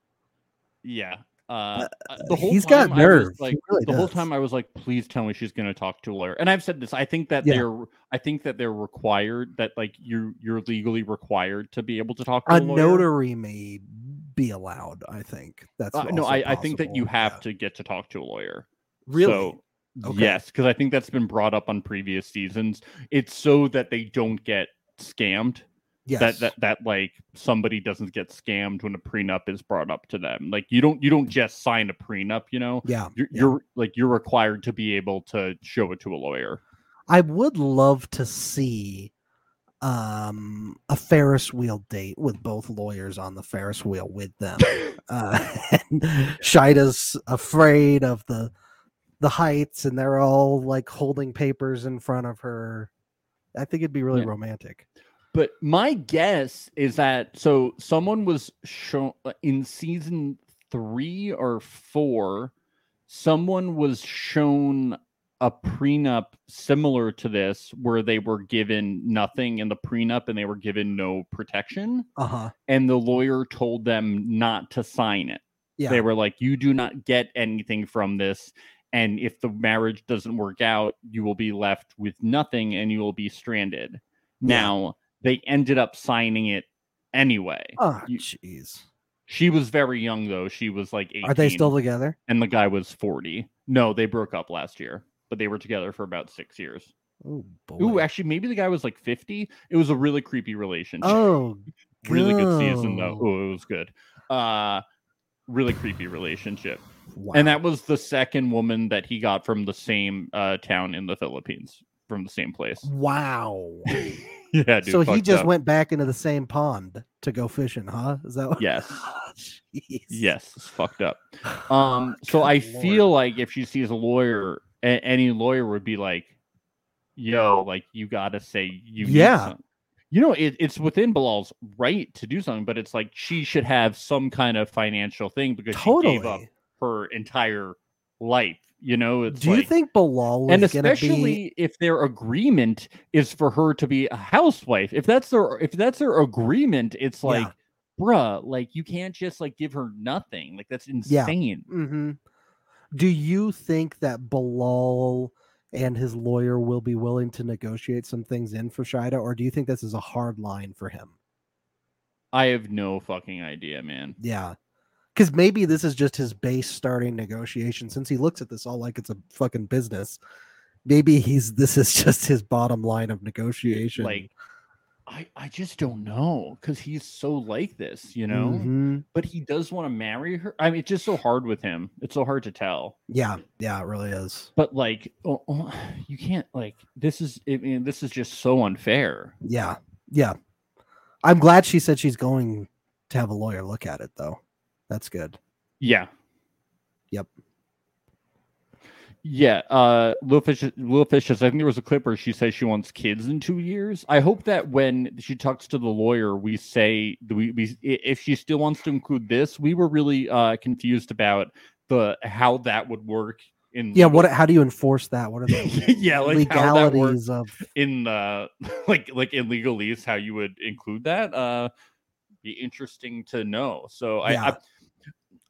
S2: Yeah. Uh, uh,
S3: uh,
S2: the whole
S3: he's got
S2: time I was,
S3: nerve. He
S2: Like,
S3: really
S2: the whole
S3: does.
S2: time I was like, please tell me she's going to talk to a lawyer. And I've said this. I think that
S3: Yeah.
S2: they're. I think that they're required. That like you you're legally required to be able to talk to a,
S3: A
S2: lawyer.
S3: notary may be allowed. I think that's
S2: Uh, no,
S3: also
S2: I, I think that you
S3: possible,
S2: have
S3: yeah.
S2: to get to talk to a lawyer.
S3: really.
S2: So,
S3: Okay.
S2: Yes, because I think that's been brought up on previous seasons. It's so that they don't get scammed.
S3: yes.
S2: That that that like somebody doesn't get scammed when a prenup is brought up to them. Like you don't you don't just sign a prenup. You know,
S3: yeah.
S2: you're,
S3: Yeah.
S2: you're like you're required to be able to show it to a lawyer.
S3: I would love to see um a Ferris wheel date with both lawyers on the Ferris wheel with
S2: *laughs*
S3: them. uh, and Shida's afraid of the the heights and they're all like holding papers in front of her. I think it'd be really
S2: Yeah.
S3: romantic.
S2: But my guess is that so someone was shown in season three or four, someone was shown a prenup similar to this where they were given nothing in the prenup and they were given no protection
S3: Uh-huh.
S2: and the lawyer told them not to sign it.
S3: Yeah.
S2: They were like, you do not get anything from this. And if the marriage doesn't work out, you will be left with nothing and you will be stranded. Now, they ended up signing it anyway.
S3: Oh
S2: you-
S3: jeez.
S2: She was very young, though. She was like 18.
S3: Are they still together?
S2: And the guy was 40. No, they broke up last year, but they were together for about six years.
S3: Oh boy.
S2: Ooh, actually, maybe the guy was like 50. It was a really creepy relationship
S3: oh
S2: really good season though.
S3: go.
S2: Oh, it was good. Uh really creepy relationship.
S3: Wow.
S2: And that was the second woman that he got from the same uh town in the Philippines. from the same place. *laughs*
S3: Wow.
S2: yeah, dude.
S3: so he
S2: fucked
S3: just
S2: up.
S3: went back into the same pond to go fishing, huh? Is that what?
S2: Yes.
S3: *laughs* Jeez. Uh,
S2: Yes, it's fucked up. Um, so
S3: Good
S2: I
S3: lord.
S2: feel like if she sees a lawyer, a- any lawyer would be like, "Yo, like you gotta say you, need
S3: Yeah.
S2: some-" You know, it, it's within Bilal's right to do something, but it's like she should have some kind of financial thing because
S3: totally.
S2: she gave up her entire life. You know, it's
S3: Do you
S2: like-
S3: think Bilal was
S2: and
S3: gonna be?
S2: especially if their agreement is for her to be a housewife if that's their if that's their agreement it's
S3: Yeah.
S2: like bruh like you can't just like give her nothing like that's
S3: Yeah.
S2: insane
S3: hmm Do you think that Bilal and his lawyer will be willing to negotiate some things in for Shida, or do you think this is a hard line for him?
S2: i have no fucking idea man
S3: Yeah. Because maybe this is just his base starting negotiation since he looks at this all like it's a fucking business. Maybe he's this is *laughs* just his bottom line of negotiation.
S2: like i i just don't know because he's so like this you know
S3: Mhm.
S2: but he does want to marry her i mean it's just so hard with him it's so hard to tell
S3: Yeah. Yeah. It really is.
S2: but like oh, oh, *sighs* you can't like this is i mean this is just so unfair
S3: Yeah. Yeah. I'm glad she said she's going to have a lawyer look at it, though. That's good.
S2: Yeah.
S3: Yep.
S2: Yeah. Uh, Lil Fish, Lil Fish says, I think there was a clip where she says she wants kids in two years. I hope that when she talks to the lawyer, we say, we, we i- if she still wants to include this, we were really uh, confused about the how that would work in
S3: Yeah. What? How do you enforce that? What are the
S2: *laughs* yeah *laughs* like how that works
S3: legalities of?
S2: in the like like in legalese how you would include that uh be interesting to know so I,
S3: Yeah.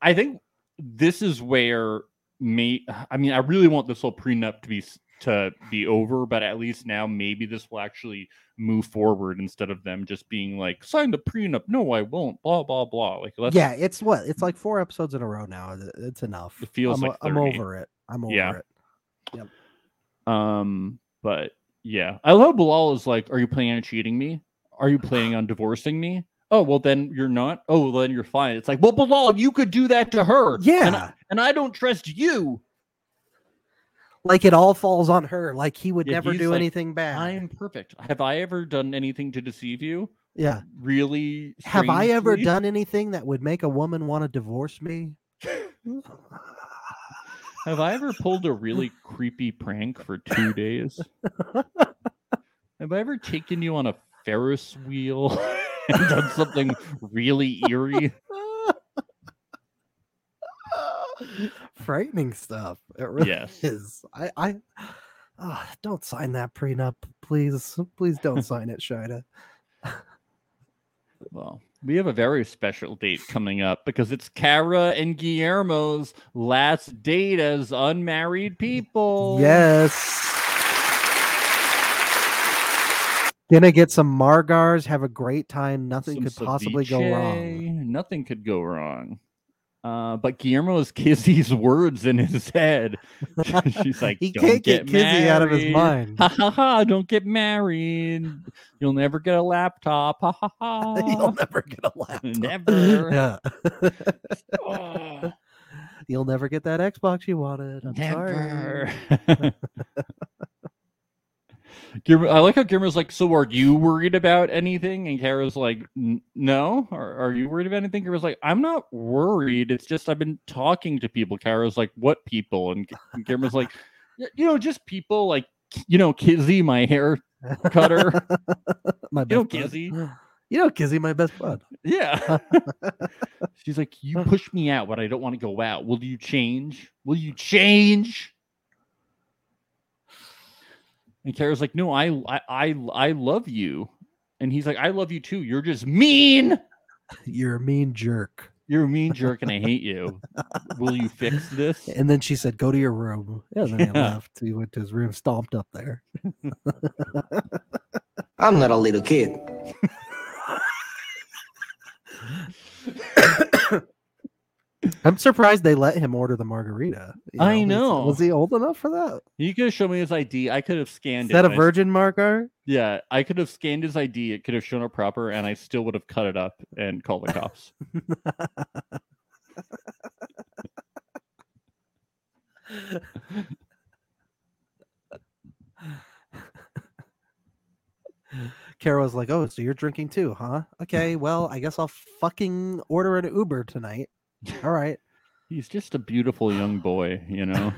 S2: I i think this is where me i mean i really want this whole prenup to be s- to be over but at least now maybe this will actually move forward instead of them just being like sign the prenup no i won't blah blah blah like *laughs* let's
S3: Yeah. It's what? It's like four episodes in a row now. It- It's enough.
S2: It feels
S3: I'm,
S2: like
S3: o- I'm
S2: 30.
S3: over it. I'm over
S2: Yeah.
S3: it.
S2: um but yeah i love bilal is like are you planning on cheating me are you planning on divorcing me oh well then you're not oh then you're fine it's like well bilal you could do that to her and
S3: Yeah.
S2: i, and I don't trust you
S3: like it all falls on her. Like he would
S2: Yeah,
S3: never
S2: he's
S3: do
S2: like,
S3: anything bad.
S2: i am perfect have i ever done anything to deceive you
S3: yeah.
S2: really
S3: Have I ever
S2: strangely?
S3: done anything that would make a woman want to divorce
S2: *laughs*
S3: me? *sighs*
S2: have i ever pulled a really creepy prank
S3: *laughs*
S2: for two days have i ever taken you on a ferris wheel *laughs* and done something really eerie
S3: *laughs* Frightening stuff. It really
S2: Yes.
S3: is. I, I Ah, don't sign that prenup, please. Please
S2: *laughs*
S3: don't sign it, Shida.
S2: Well, we have a very special date coming up because it's Cara and Guillermo's last date as unmarried people.
S3: Yes. Gonna get some margars. Have a great time. Nothing
S2: Some
S3: could possibly go wrong. *laughs*
S2: ceviche. Nothing could go wrong. Uh, but Guillermo *laughs* has Kizzy's words in his head. *laughs* She's like,
S3: he
S2: "Don't
S3: can't
S2: get
S3: get Kizzy out of his mind.
S2: married. Ha ha ha! Don't get married. You'll never get a laptop. Ha ha
S3: *laughs*
S2: ha!
S3: *laughs* You'll never get a laptop.
S2: Never.
S3: *laughs* Yeah.
S2: Oh,
S3: You'll never get that Xbox you wanted. I'm sorry.
S2: never. Guillermo, I like how Guillermo's like, so are you worried about anything? And Kara's like, "N- no. Are, are you worried about anything? Guillermo's like, I'm not worried. It's just I've been talking to people. Kara's like, what people? And, Gu- and Guillermo's like, "Y- you know, just people like, you know, Kizzy, my hair cutter.
S3: My
S2: You know
S3: best bud.
S2: Kizzy.
S3: *gasps* You know Kizzy, my best bud.
S2: yeah.
S3: *laughs*
S2: She's like, you push me out, but I don't want to go out. Will you change? Will you change? And Kara's like, no, I, I, I, I love you. And he's like, I love you too. You're just mean.
S3: You're a mean jerk.
S2: You're a mean jerk, and I hate you. Will you fix
S3: *laughs*
S2: this?
S3: And then she said, "Go to your room." Yeah, and then he
S2: Yeah.
S3: left. He went to his room, stomped up there.
S6: I'm not a little kid.
S3: I'm surprised they let him order the margarita. you
S2: I
S3: he's-
S2: know.
S3: Was he old enough for that?
S2: You could have shown me his ID. I could have
S3: Is
S2: scanned it.
S3: that a
S2: and I s-
S3: virgin margar?
S2: Yeah, I could have scanned his ID. It could have shown up proper, and I still would have cut it up and called the cops.
S3: Kara was like, "Oh, so you're drinking too, huh? Okay, well, I guess I'll fucking order an Uber
S2: *laughs*
S3: tonight. All right,
S2: He's just a beautiful young boy, you know.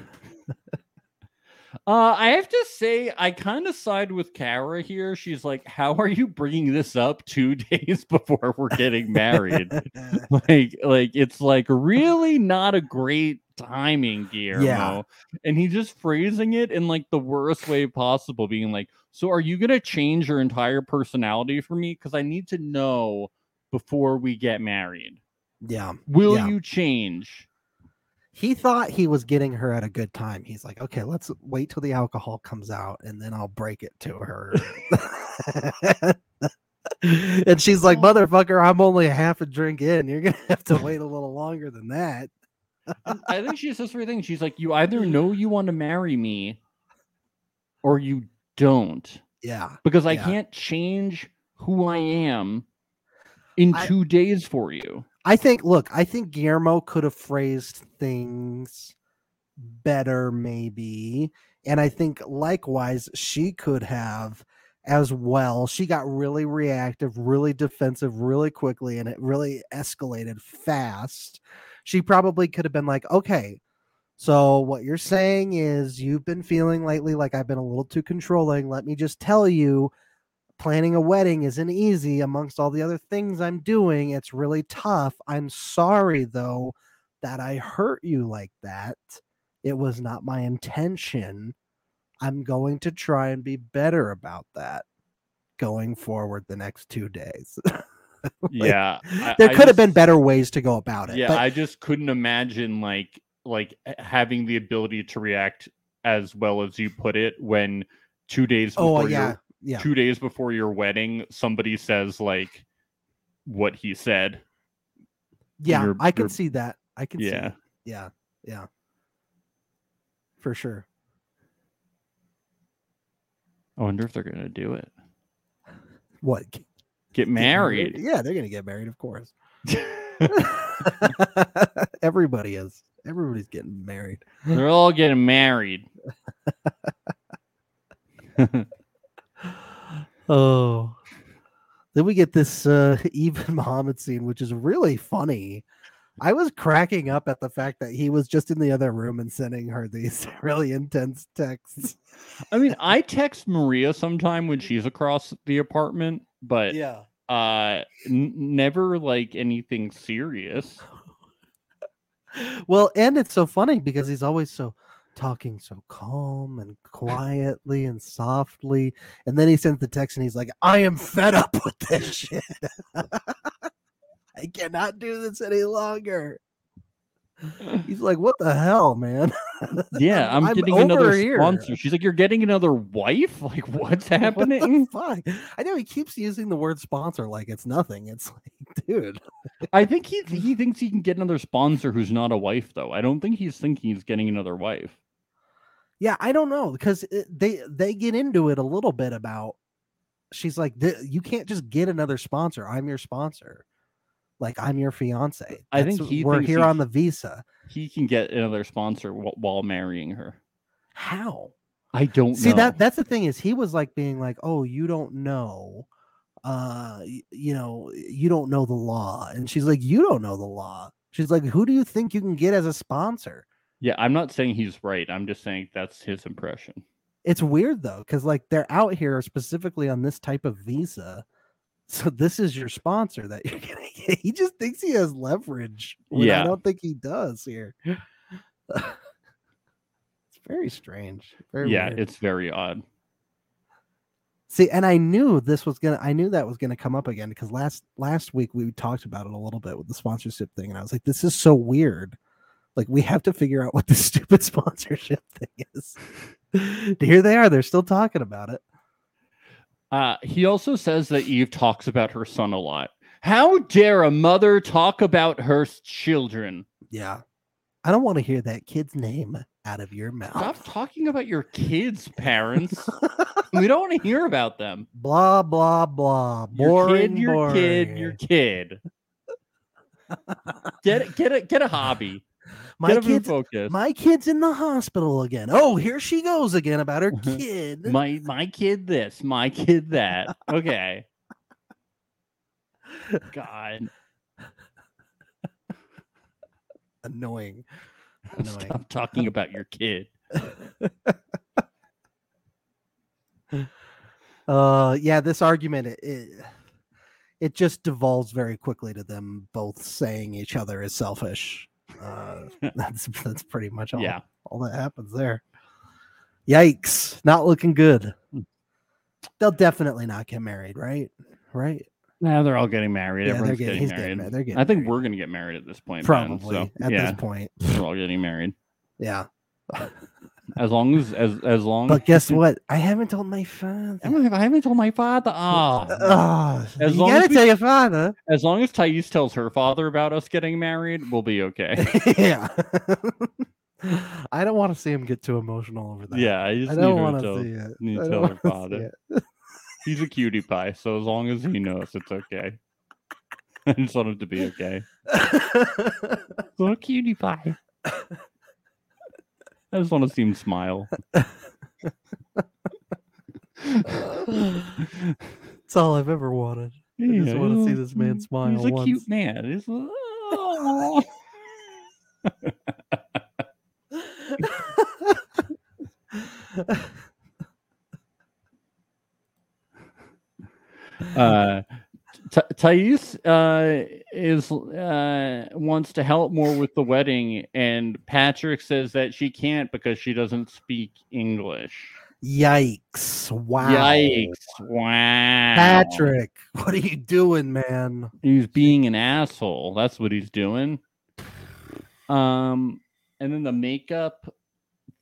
S2: uh, I have to say, I kind of side with Kara here. She's like, "How are you bringing this up two *laughs* days before we're getting married?" like, like it's like really not a great timing, Guillermo. And he's just phrasing it in like the worst way possible, being like, "So are you gonna change your entire personality for me? Because I need to know before we get married.
S3: *laughs* yeah."
S2: Will
S3: Yeah.
S2: you change?"
S3: He thought he was getting her at a good time. He's like, "Okay, let's wait till the alcohol comes out, and then I'll break it to her." *laughs* and she's like, "Motherfucker, I'm only half a drink in. You're gonna have to wait a little longer than that."
S2: I think she says three things. She's like, you either know you want to marry me, or you don't,
S3: Yeah,
S2: because I
S3: Yeah.
S2: can't change who I am in
S3: I-
S2: two days for
S3: *laughs*
S2: you.
S3: I think. Look, I think Guillermo could have phrased things better, maybe, and I think likewise she could have as well. She got really reactive, really defensive, really quickly, and it really escalated fast. She probably could have been like, "Okay." So what you're saying is you've been feeling lately like I've been a little too controlling. Let me just tell you, planning a wedding isn't easy amongst all the other things I'm doing. It's really tough. I'm sorry, though, that I hurt you like that. It was not my intention. I'm going to try and be better about that going forward the next two days.
S2: yeah, I-
S3: *laughs* there
S2: I
S3: could have been
S2: just-
S3: better ways to go about it.
S2: Yeah,
S3: but
S2: I just couldn't imagine like like h- having the ability to react as well as you put it when two days before
S3: oh,
S2: your-
S3: yeah. Yeah.
S2: two days before your wedding somebody says like what he said.
S3: Yeah.
S2: your-
S3: I can
S2: your-
S3: see that. I can see
S2: Yeah.
S3: that. Yeah. Yeah. For sure.
S2: I wonder if they're gonna do it.
S3: What? get
S2: Get married.
S3: Yeah, they're going to get married, of course. *laughs* Everybody is. Everybody's getting married.
S2: They're all getting married.
S3: *sighs* Oh. Then we get this uh *laughs* Eve and Muhammad scene, which is really funny. I was cracking up at the fact that he was just in the other room and sending her these *laughs* really intense texts.
S2: I mean, I text Maria sometime when she's across the apartment,
S3: *laughs*
S2: but
S3: Yeah.
S2: uh n- never like
S3: *laughs*
S2: anything serious.
S3: Well, and it's so funny because he's always so talking so calm and quietly and softly. And then he sends the text and he's like, I am fed up with
S2: *laughs*
S3: this shit. *laughs* I cannot do this any longer. He's like, What the hell, man? *laughs*
S2: Yeah, I'm,
S3: I'm
S2: getting another
S3: over here.
S2: sponsor. *laughs* She's like, You're getting another wife? *laughs* Like, what's
S3: What the
S2: happening?
S3: *laughs* fuck? I know he keeps using the word sponsor like it's nothing. It's like, *laughs* dude,
S2: I
S3: *laughs*
S2: think he he thinks he can get another sponsor who's not a wife, though. I don't think he's thinking he's getting another wife.
S3: yeah, I don't know because it- they they get into it a little bit about. She's like, "Th- you can't just get another sponsor. I'm your sponsor, like I'm your fiance.
S2: I think he
S3: we're
S2: thinks
S3: here
S2: he-
S3: on the visa.
S2: He can get another sponsor w- while marrying her.
S3: How?
S2: I don't
S3: See
S2: know.
S3: that that's the thing is he was like being like, oh, you don't know, uh, y- you know, you don't know the law, and she's like, you don't know the law. She's like, who do you think you can get as a sponsor?
S2: Yeah, I'm not saying he's right. I'm just saying that's his impression.
S3: it's weird though because like they're out here specifically on this type of visa so this is your sponsor that you're *laughs* gonna get he just thinks he has leverage when
S2: Yeah.
S3: i don't think he does here *laughs* it's very strange very
S2: yeah,
S3: weird.
S2: it's very odd.
S3: see and i knew this was gonna i knew that was gonna come up again because last last week we talked about it a little bit with the sponsorship thing and i was like this is so weird like we have to figure out what this *laughs* stupid sponsorship thing
S2: *laughs*
S3: is here they are they're still talking about it
S2: Uh, he also says that Eve talks about her son a lot. How dare a mother talk about her s- children?
S3: Yeah. I don't want to hear that kid's name out of your
S2: Stop
S3: mouth.
S2: talking about your kids, parents. we don't want to hear about them.
S3: blah blah blah. Boring,
S2: your
S3: boring.
S2: kid, your kid, your kid. Get a- get a get a hobby.
S3: My
S2: Get up and
S3: kids,
S2: focus.
S3: my kid's in the hospital again. Oh, here she goes again about her kid.
S2: Mm-hmm. my my kid this, my kid that. Okay. God, *laughs*
S3: Annoying. Annoying.
S2: stop talking about your kid.
S3: Uh, yeah, this argument it, it it just devolves very quickly to them both saying each other is selfish.
S2: *laughs*
S3: Uh, that's that's pretty much all
S2: Yeah.
S3: all that happens there. Yikes! Not looking good. They'll definitely not get married, right? Right?
S2: Now they're all getting married.
S3: Yeah, they're
S2: Everyone's
S3: getting-
S2: getting,
S3: he's
S2: married.
S3: getting ma- they're getting
S2: I think
S3: married.
S2: we're gonna get married at this point. Ben,
S3: Probably
S2: so,
S3: at
S2: yeah,
S3: this point.
S2: *laughs* we're all getting married.
S3: Yeah.
S2: As long as as as long.
S3: But guess what? I haven't told my father.
S2: I haven't- I haven't told my father. Oh,
S3: *laughs* Oh,
S2: As
S3: you
S2: long
S3: gotta
S2: as we-
S3: tell your father. *laughs*
S2: as long as Thais tells her father about us getting married, we'll be
S3: *laughs*
S2: okay. *laughs*
S3: yeah. I don't want to see him get too emotional over that.
S2: yeah, I just
S3: I
S2: need
S3: don't
S2: her
S3: want
S2: to
S3: to
S2: tell-
S3: see it.
S2: need to
S3: I
S2: tell
S3: don't
S2: her
S3: wanna see
S2: father.
S3: it.
S2: He's a cutie pie, so as long as he knows, it's okay. *laughs* I just want him to be
S3: *laughs*
S2: okay. Little cutie pie. I just want to see
S3: *laughs*
S2: him smile. *laughs*
S3: That's all I've ever wanted. just wanna see this man smile
S2: Mm, He's a
S3: once.
S2: cute man. He's a- Aw. *laughs* uh, T- Thais uh, is uh, wants to help more with the wedding, and Patrick says that she can't because she doesn't speak English.
S3: Yikes. Wow.
S2: Yikes! Wow,
S3: Patrick, what are you doing, man?
S2: He's being an asshole. That's what he's doing. Um, and then the makeup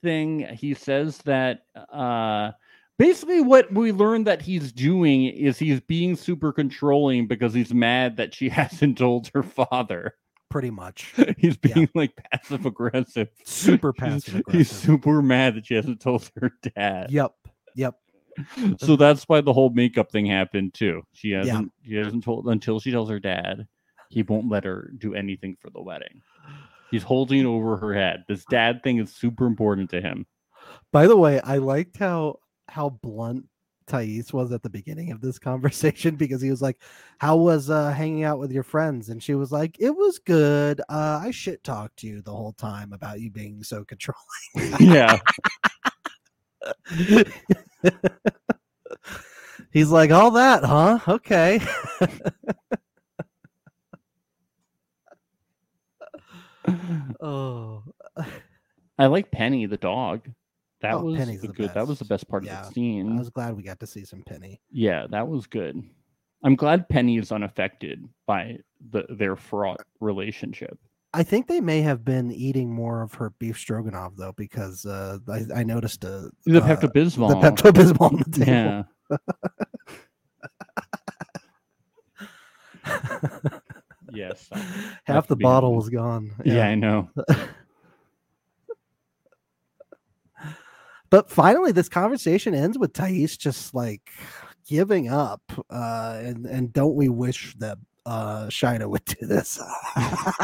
S2: thing, he says that uh basically what we learned that he's doing is he's being super controlling because he's mad that she *laughs* hasn't told her father. *laughs*
S3: Pretty much.
S2: he's
S3: Yeah.
S2: being like passive aggressive.
S3: Super
S2: He's-
S3: passive
S2: He's
S3: aggressive.
S2: super mad that she hasn't told her dad.
S3: Yep. Yep.
S2: So that's why the whole makeup thing happened too. She
S3: Yeah.
S2: hasn't she hasn't told until she tells her dad, he won't let her do anything for the wedding. He's holding over her head. This dad thing is super important
S3: *laughs*
S2: to him.
S3: By the way, I liked how how blunt Thais was at the beginning of this *laughs* conversation because he was like, "How was uh, hanging out with your friends?" And she was like, "It was good. Uh, I shit talked to you the whole time about you being so controlling."
S2: yeah.
S3: *laughs* He's like, "All that, huh? Okay." *laughs* oh,
S2: I like Penny the dog. That
S3: Oh,
S2: was
S3: Penny's
S2: the
S3: the
S2: good. That was the
S3: best.
S2: best part
S3: Yeah.
S2: of the
S3: I
S2: scene.
S3: was glad we got to see some Penny.
S2: Yeah, that was good. I'm glad Penny is unaffected by the their fraught relationship.
S3: I think they may have been eating more of her beef stroganoff though, because uh, I, I noticed uh,
S2: The
S3: uh,
S2: Pepto
S3: the
S2: Bismol.
S3: Pepto Bismol on the table.
S2: Yeah.
S3: *laughs*
S2: yes. that-
S3: Half
S2: That's
S3: the
S2: pretty
S3: bottle
S2: good.
S3: was gone.
S2: Yeah. I know.
S3: But finally, this conversation ends with Thais just like giving up. Uh, and, and don't we wish that uh, Shida would do
S2: *laughs*
S3: this? *laughs* uh,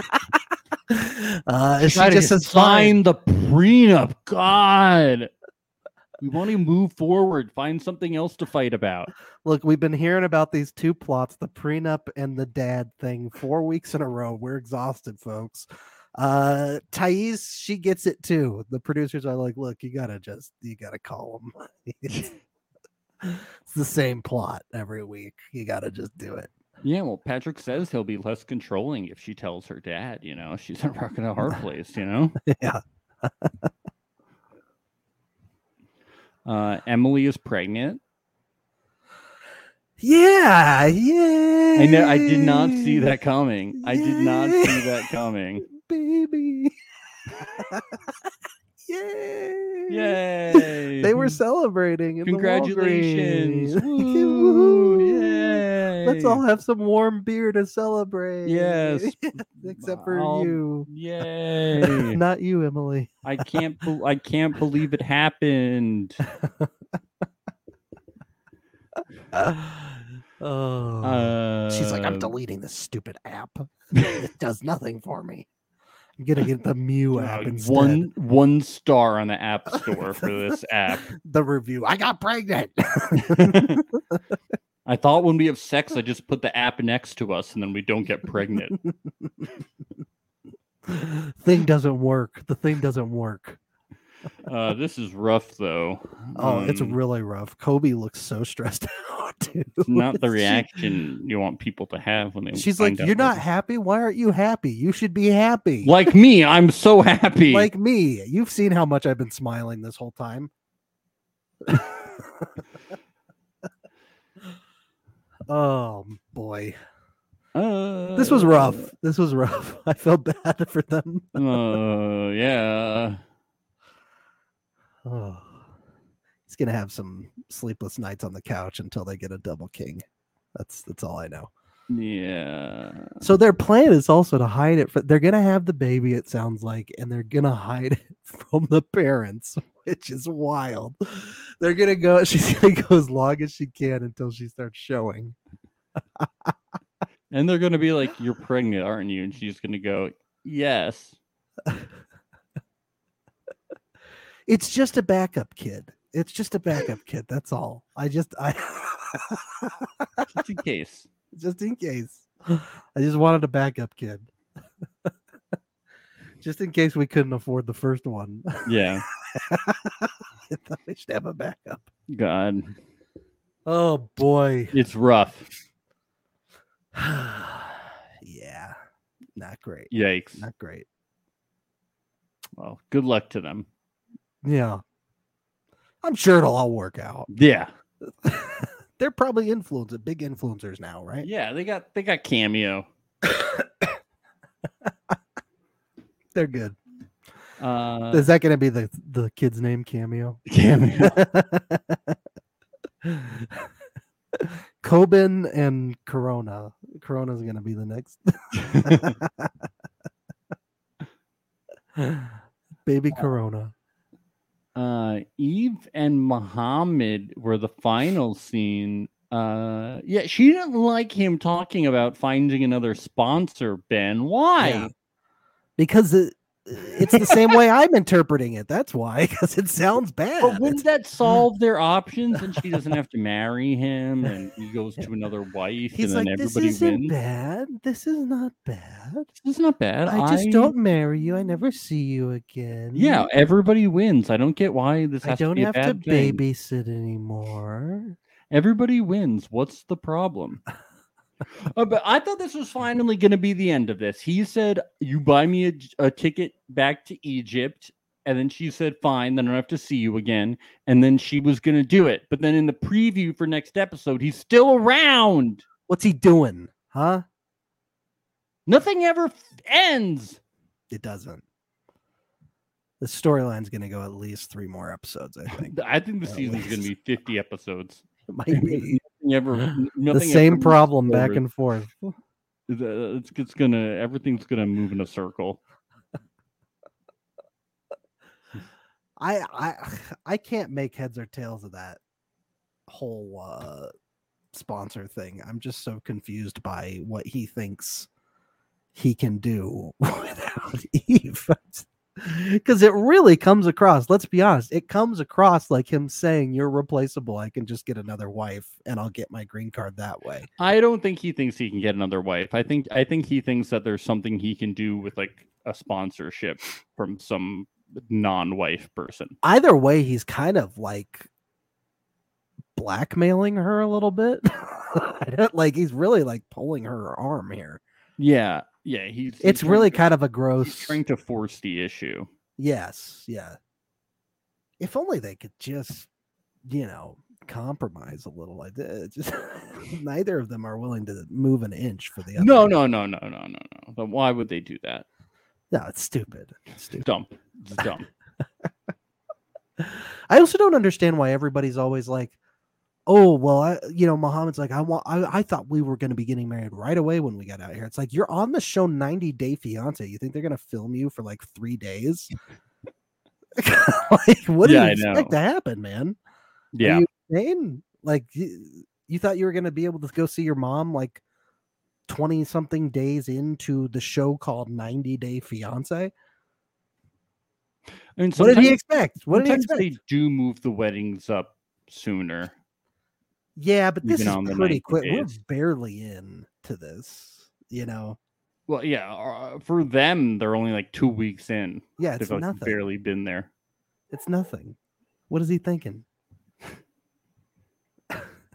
S3: and she
S2: Try to
S3: just says, fine.
S2: sign the prenup. God. We want to move forward. Find something else to fight about.
S3: Look, we've been hearing about these two plots, the prenup and the dad thing, four weeks in a row. We're exhausted, folks. Uh Thais, she gets it too. The producers are like, look, you gotta just you gotta call *laughs* them. it's the same plot every week. You gotta just do it.
S2: Yeah, well, Patrick says he'll be less controlling if she tells her dad, you know, she's *laughs* a rock and
S3: *laughs*
S2: a hard place, you know?
S3: Yeah.
S2: *laughs* Uh, Emily is pregnant.
S3: Yeah, yeah.
S2: I know I did not see that coming. I did not see that coming.
S3: *laughs* baby. *laughs* Yay.
S2: Yay!
S3: They were celebrating. In
S2: Congratulations!
S3: *laughs* The Walgreens. *laughs*
S2: Woo!
S3: Woo.
S2: Yay!
S3: Let's all have some warm beer to celebrate.
S2: Yes.
S3: *laughs* Except for
S2: I'll-
S3: you.
S2: Um,
S3: *laughs*
S2: Yay!
S3: Not you,
S2: *sighs*
S3: Emily.
S2: I can't. bel I can't believe
S3: *sighs*
S2: it happened.
S3: oh.
S2: Uh, *laughs*
S3: She's like, I'm deleting this stupid app. it does nothing for me. I'm gonna get the Mew app
S2: Uh,
S3: instead.
S2: one one star on the app store for
S3: *laughs*
S2: this app.
S3: the review. I got
S2: *laughs*
S3: pregnant. *laughs*
S2: I thought when we have sex, I just put the app next to us and then we don't get
S3: *laughs*
S2: pregnant.
S3: thing doesn't work. The thing doesn't work.
S2: Uh, this is rough though.
S3: Oh, it's
S2: Um,
S3: really rough. Kobe looks so stressed *laughs* out, dude.
S2: it's not the
S3: *laughs* She-
S2: reaction you want people to have when they.
S3: she's
S2: find
S3: like,
S2: out
S3: "You're not
S2: later."
S3: happy. Why aren't you happy? You should be happy."
S2: like me. I'm so happy.
S3: like me. You've seen how much I've been smiling this whole time. *laughs* oh boy.
S2: Uh,
S3: This was rough. This was rough. *laughs* I felt bad for them. *sighs*
S2: uh, yeah.
S3: Oh. He's gonna have some sleepless nights on the couch until they get a double king. That's that's all I know.
S2: Yeah.
S3: So their plan is also to hide it. fr- They're gonna have the baby. It sounds like, and they're gonna hide it *laughs* from the parents, which is wild. They're gonna go. *laughs* She's gonna go as long as she can until she starts showing.
S2: And they're gonna be like, "You're pregnant, aren't you?" And she's gonna go, "Yes."
S3: It's just a backup kid. It's just a backup kid. That's all. I just I *laughs*
S2: Just in case.
S3: just in case. I just wanted a backup kid. *laughs* just in case we couldn't afford the first one. *laughs*
S2: Yeah.
S3: I thought we should have a backup.
S2: God,
S3: Oh boy.
S2: it's rough.
S3: *sighs* yeah, not great.
S2: Yikes.
S3: Not great.
S2: Well, good luck to them.
S3: Yeah. I'm sure it'll all work out. *laughs*
S2: Yeah.
S3: They're probably influencers, big influencers now, right?
S2: Yeah, they got they got cameo.
S3: They're good.
S2: Uh
S3: Is that going to be the the kid's name cameo?
S2: *laughs* cameo.
S3: *laughs* Coben and Corona. Corona's going to be the
S2: *laughs*
S3: next. *laughs* Baby Corona.
S2: Uh Eve and Muhammad were the final scene. Uh yeah, she didn't like him talking about finding another sponsor, Ben. Why?
S3: Yeah. because it, it's the same way I'm interpreting it. That's why, *laughs* because it sounds bad. *laughs*
S2: But
S3: It's-
S2: wouldn't
S3: mm.
S2: that solve their options? And she doesn't have to marry him, and he goes to another wife,
S3: He's
S2: and
S3: like,
S2: then
S3: this
S2: everybody
S3: isn't
S2: wins.
S3: bad. This is not bad.
S2: It's not bad.
S3: I just don't marry you. I never see you again.
S2: Yeah, everybody wins. I don't get why this has
S3: I don't
S2: to be a
S3: have to
S2: bad thing.
S3: babysit anymore.
S2: Everybody wins. What's the problem? Uh, but I thought this was finally going to be the end of this. He said, "You buy me a, j- a ticket back to Egypt," and then she said, "Fine, then I don't have to see you again." And then she was going to do it. But then in the preview for next episode, he's still around.
S3: What's he doing? Huh?
S2: Nothing ever f- ends.
S3: It doesn't. The storyline's going to go at least three more
S2: *laughs*
S3: episodes, I think.
S2: *laughs* I think the
S3: At
S2: season's going to
S3: least.
S2: be fifty episodes.
S3: It
S2: *laughs*
S3: might be
S2: Nothing ever, n-
S3: the
S2: nothing
S3: same
S2: ever
S3: problem
S2: over.
S3: back and forth.
S2: The- It's, it's gonna everything's gonna move in a circle.
S3: I I *sighs* I can't make heads or tails of that whole uh sponsor thing. I'm just so confused by what he thinks he can do *laughs* without Eve. *laughs* Cuz it really comes across, let's be honest, it comes across like him saying you're replaceable. I can just get another wife and I'll get my green card that way.
S2: I don't think he thinks he can get another wife. I think I think he thinks that there's something he can do with like a sponsorship from some non-wife person.
S3: Either way, he's kind of like blackmailing her a little bit. *laughs* like he's really like pulling her arm here.
S2: Yeah, yeah. He's he's
S3: it's
S2: trying
S3: really
S2: to-
S3: kind of a
S2: he's
S3: gross
S2: trying to force the issue.
S3: yes yeah if only they could just you know compromise a little like that just *laughs* neither of them are willing to move an inch for the other
S2: No, no, no, no, no, no, no. But why would they do that?
S3: no it's stupid it's stupid
S2: Dumb. It's dumb.
S3: i also don't understand why everybody's always like oh well i you know Muhammad's like i want i, I thought we were going to be getting married right away when we got out here it's like you're on the show 90 day fiance you think they're going to film you for like three
S2: *laughs*
S3: days *laughs* like what
S2: Yeah, I
S3: do you
S2: know.
S3: expect to happen man Are
S2: Yeah.
S3: you insane? Like you, you thought you were gonna be able to go see your mom like 20 something days into the show called 90 Day Fiance.
S2: I mean,
S3: What did
S2: sometimes-
S3: he expect? What did he
S2: sometimes
S3: expect?
S2: they do move the weddings up sooner.
S3: Yeah, but this
S2: even
S3: is
S2: on the
S3: pretty
S2: 90
S3: quick. We're
S2: days.
S3: barely in to this, you know.
S2: Well, yeah, uh, for them they're only like two weeks in.
S3: Yeah, it's
S2: They've like
S3: nothing.
S2: barely been there.
S3: It's nothing. What is he thinking? *laughs*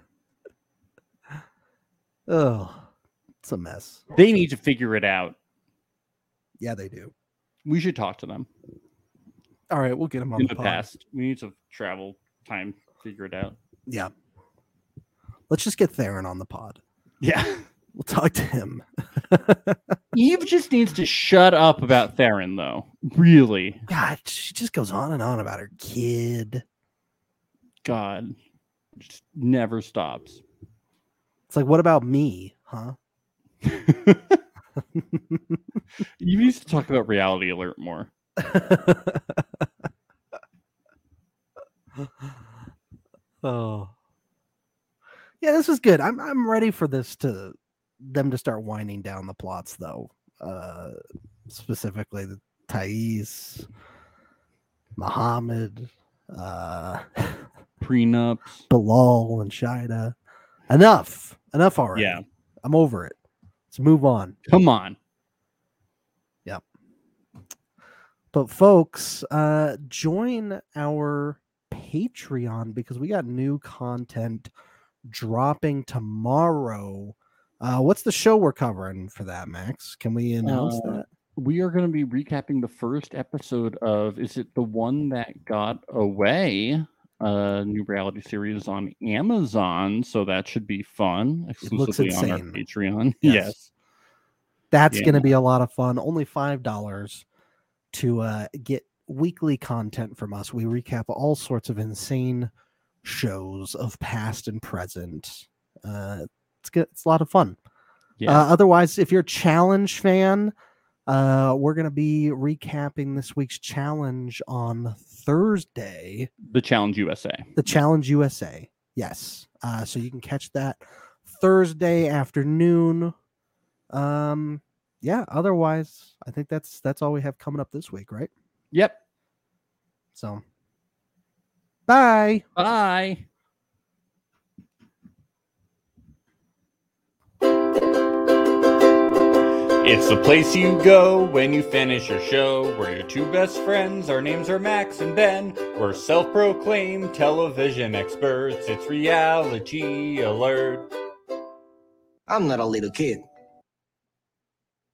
S3: oh, it's a mess.
S2: They need to figure it out.
S3: Yeah, they do.
S2: We should talk to them
S3: All right, we'll get him on
S2: in
S3: the,
S2: the
S3: pod.
S2: past. We need to travel time, figure it out.
S3: Yeah. Let's just get Theron on the pod.
S2: Yeah,
S3: We'll talk to him.
S2: *laughs* Eve just needs to shut up about Theron, though. Really,
S3: God, she just goes on and on about her kid.
S2: God, just never stops.
S3: It's like, what about me?
S2: *laughs*
S3: Huh? *laughs*
S2: you need to talk about reality alert more.
S3: *laughs* oh. Yeah, this was good. I'm I'm ready for this to them to start winding down the plots though. Uh specifically the Thais, Muhammad, uh *laughs*
S2: Prenups.
S3: Bilal and Shida. Enough. Enough already.
S2: Yeah.
S3: I'm over it. Let's move on.
S2: Come on.
S3: But folks, uh join our Patreon because we got new content dropping tomorrow. Uh what's the show we're covering for that, Max? Can we announce
S2: Uh,
S3: that?
S2: We are going to be recapping the first episode of is it the one that got away? A new reality series on Amazon, so that should be fun.
S3: It looks
S2: Exclusively on our
S3: insane.
S2: Patreon. *laughs*
S3: Yes.
S2: Yes.
S3: That's
S2: yeah.
S3: going to be a lot of fun. Only $5 to uh get weekly content from us. We recap all sorts of insane shows of past and present. Uh it's good. It's a lot of fun.
S2: Yeah.
S3: Uh, otherwise, if you're a challenge fan, uh, we're going to be recapping this week's challenge on Thursday.
S2: the Challenge USA.
S3: The Challenge USA. Yes. Uh, so you can catch that Thursday afternoon. Um, yeah. Otherwise, I think that's that's all we have coming up this week, right?
S2: Yep.
S3: So, bye.
S2: Bye.
S1: It's the place you go when you finish your show. We're your two best friends. Our names are Max and Ben. We're self proclaimed television experts. It's reality alert.
S6: I'm not a little kid.